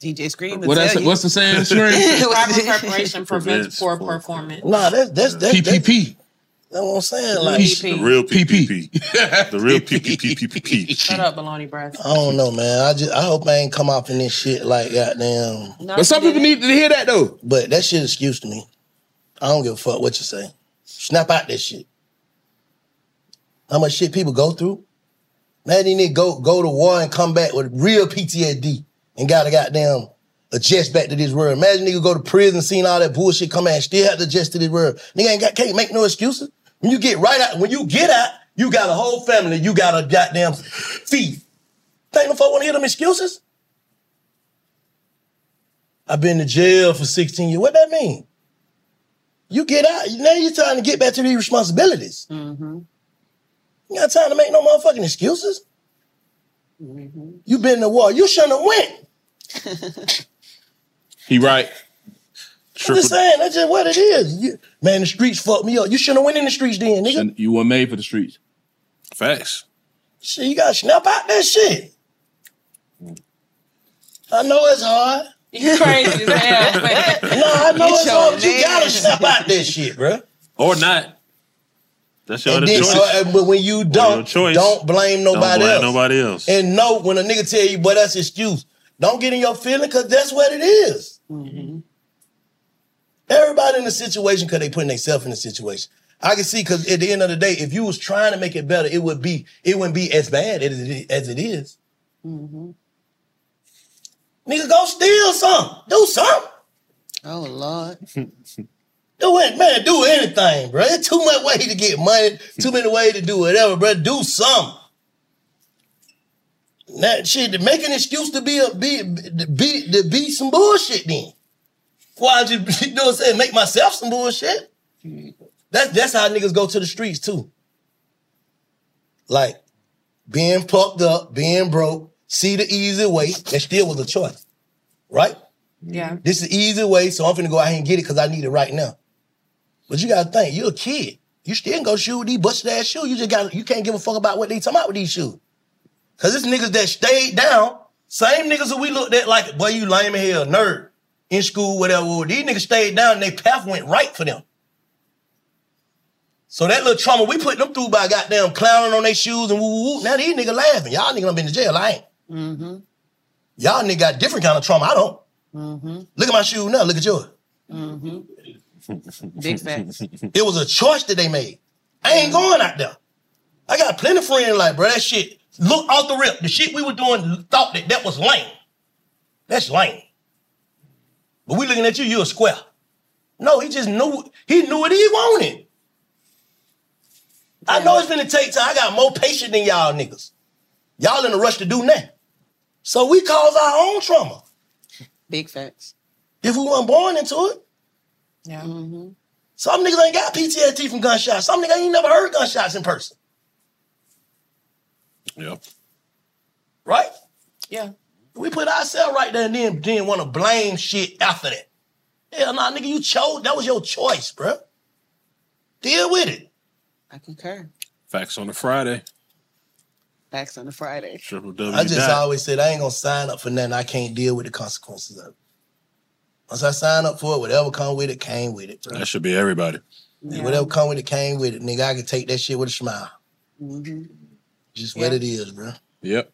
S4: DJ Scream.
S2: What I said- what's the saying, Shereen?
S6: *laughs* Proper preparation prevents
S2: Prevents
S6: poor performance.
S2: Nah, that's that's that's PPP. That's what I'm saying. Like
S6: PPP. The real
S5: PPP.
S3: *laughs* the
S2: *laughs*
S3: real PPP.
S6: Shut up, baloney breath.
S2: I don't know, man. I just I hope I ain't come off in this shit like goddamn.
S6: No, But some you people
S5: need to hear that though.
S2: But that shit excuse to me. I don't give a fuck what you say. Snap out that shit. How much shit people go through? Man, they need to go go to war and come back with real PTSD and gotta goddamn adjust back to this world. Imagine nigga go to prison, seeing all that bullshit come out, and still have to adjust to this world. Nigga ain't got can't make no excuses. When you get right out, when you get out, you got a whole family, you got a goddamn thief. Think the folk wanna hear them excuses? I've been to jail for 16 years. What that mean? You get out, now you're trying to get back to these responsibilities.
S6: Mm-hmm.
S2: You ain't got time to make no motherfucking excuses.
S6: Mm-hmm.
S2: You been to war. You shouldn't have went.
S6: *laughs*
S5: He right.
S2: I'm just saying, that's just what it is. You- man, the streets fucked me up. You shouldn't have went in the streets then, nigga.
S5: You were made for the streets.
S3: Facts.
S2: Shit, you gotta snap out that shit. I know it's hard.
S6: You crazy as hell.
S2: No, I know
S6: Get
S2: it's
S6: your
S2: hard. but You
S6: man.
S3: *laughs*
S2: gotta snap out that shit, bro.
S3: Or not. That's your
S2: And
S3: other
S2: then,
S3: choice.
S2: so, uh, but when you don't,
S3: choice.
S2: don't blame
S3: Don't
S2: nobody
S3: blame
S2: else.
S3: nobody else.
S2: And no, when a nigga tell you, boy, that's excuse. Don't get in your feeling because that's what it is. Everybody in the situation because they putting themselves in the situation. I can see because at the end of the day, if you was trying to make it better, it would be it wouldn't be as bad as it as it is. Nigga, go steal some, do something.
S4: Oh Lord,
S2: *laughs* do it, man, do anything, bro. There's too much way to get money, too many ways to do whatever, bro. Do something. That shit, to make an excuse to be a be to be to be some bullshit. Then why just you *laughs* know what I'm saying? Make myself some bullshit. That's that's how niggas go to the streets too. Like being fucked up, being broke, see the easy way. That still was a choice, right?
S6: Yeah.
S2: This is the easy way, so I'm finna go out here and get it because I need it right now. But you gotta think, you're a kid. You still can go shoot with these busted ass shoes. You just got you can't give a fuck about what they talking about with these shoes. Cause it's niggas that stayed down, same niggas that we looked at like, boy, you lame as hell, nerd, in school, whatever. These niggas stayed down and they path went right for them. So that little trauma we put them through by goddamn clowning on their shoes and woo woo woo. Now these niggas laughing. Y'all niggas done been to jail. I ain't.
S4: Mm-hmm.
S2: Y'all niggas got different kind of trauma. I don't. Look at my shoe now. Look at yours.
S4: Mm-hmm. Big facts.
S2: It was a choice that they made. I ain't going out there. I got plenty of friends like, bro, that shit. Look off the rip. The shit we were doing thought that that was lame. That's lame. But we looking at you, you a square. No, he just knew, he knew what he wanted. I know it's gonna take time. I got more patience than y'all niggas. Y'all in a rush to do nothing. So we cause our own trauma.
S4: Big facts.
S2: If we weren't born into it.
S6: Yeah.
S4: Mm-hmm.
S2: Some niggas ain't got PTSD from gunshots. Some niggas ain't never heard gunshots in person.
S3: Yeah.
S2: Right?
S6: Yeah.
S2: We put ourselves right there and then then want to blame shit after that. Hell nah, nigga, you chose. That was your choice, bruh. Deal with it.
S4: I concur.
S3: Facts on a Friday.
S4: Facts on a Friday.
S3: Triple W.
S2: I just
S3: dot.
S2: always said I ain't gonna sign up for nothing. I can't deal with the consequences of it. Once I sign up for it, whatever come with it, came with it, bruh.
S3: That should be everybody.
S2: And Whatever come with it, came with it, nigga. I can take that shit with a smile.
S4: Mm-hmm.
S2: Just what
S3: Yeah.
S2: it is, bruh.
S3: Yep.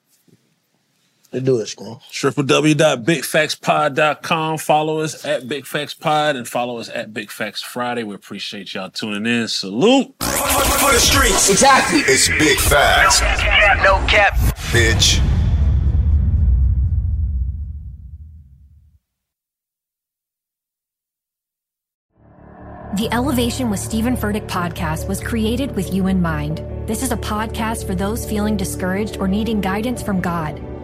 S2: They do it, Scrum.
S3: www.bigfaxpod.com. Follow us at Big Facts Pod and follow us at Big Facts Friday. We appreciate y'all tuning in. Salute.
S1: For the streets. Exactly. It's big facts. No cap, no cap. Bitch.
S13: The Elevation with Stephen Furtick podcast was created with you in mind. This is a podcast for those feeling discouraged or needing guidance from God.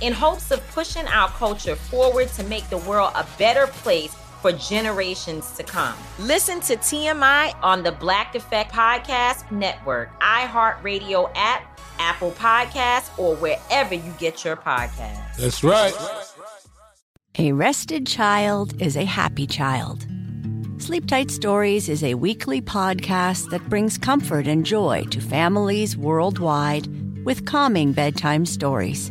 S14: in hopes of pushing our culture forward to make the world a better place for generations to come. Listen to TMI on the Black Effect Podcast Network, iHeartRadio app, Apple Podcasts, or wherever you get your podcasts.
S15: That's right. A rested child is a happy child.
S7: Sleep Tight Stories is a weekly podcast that brings comfort and joy to families worldwide with calming bedtime stories.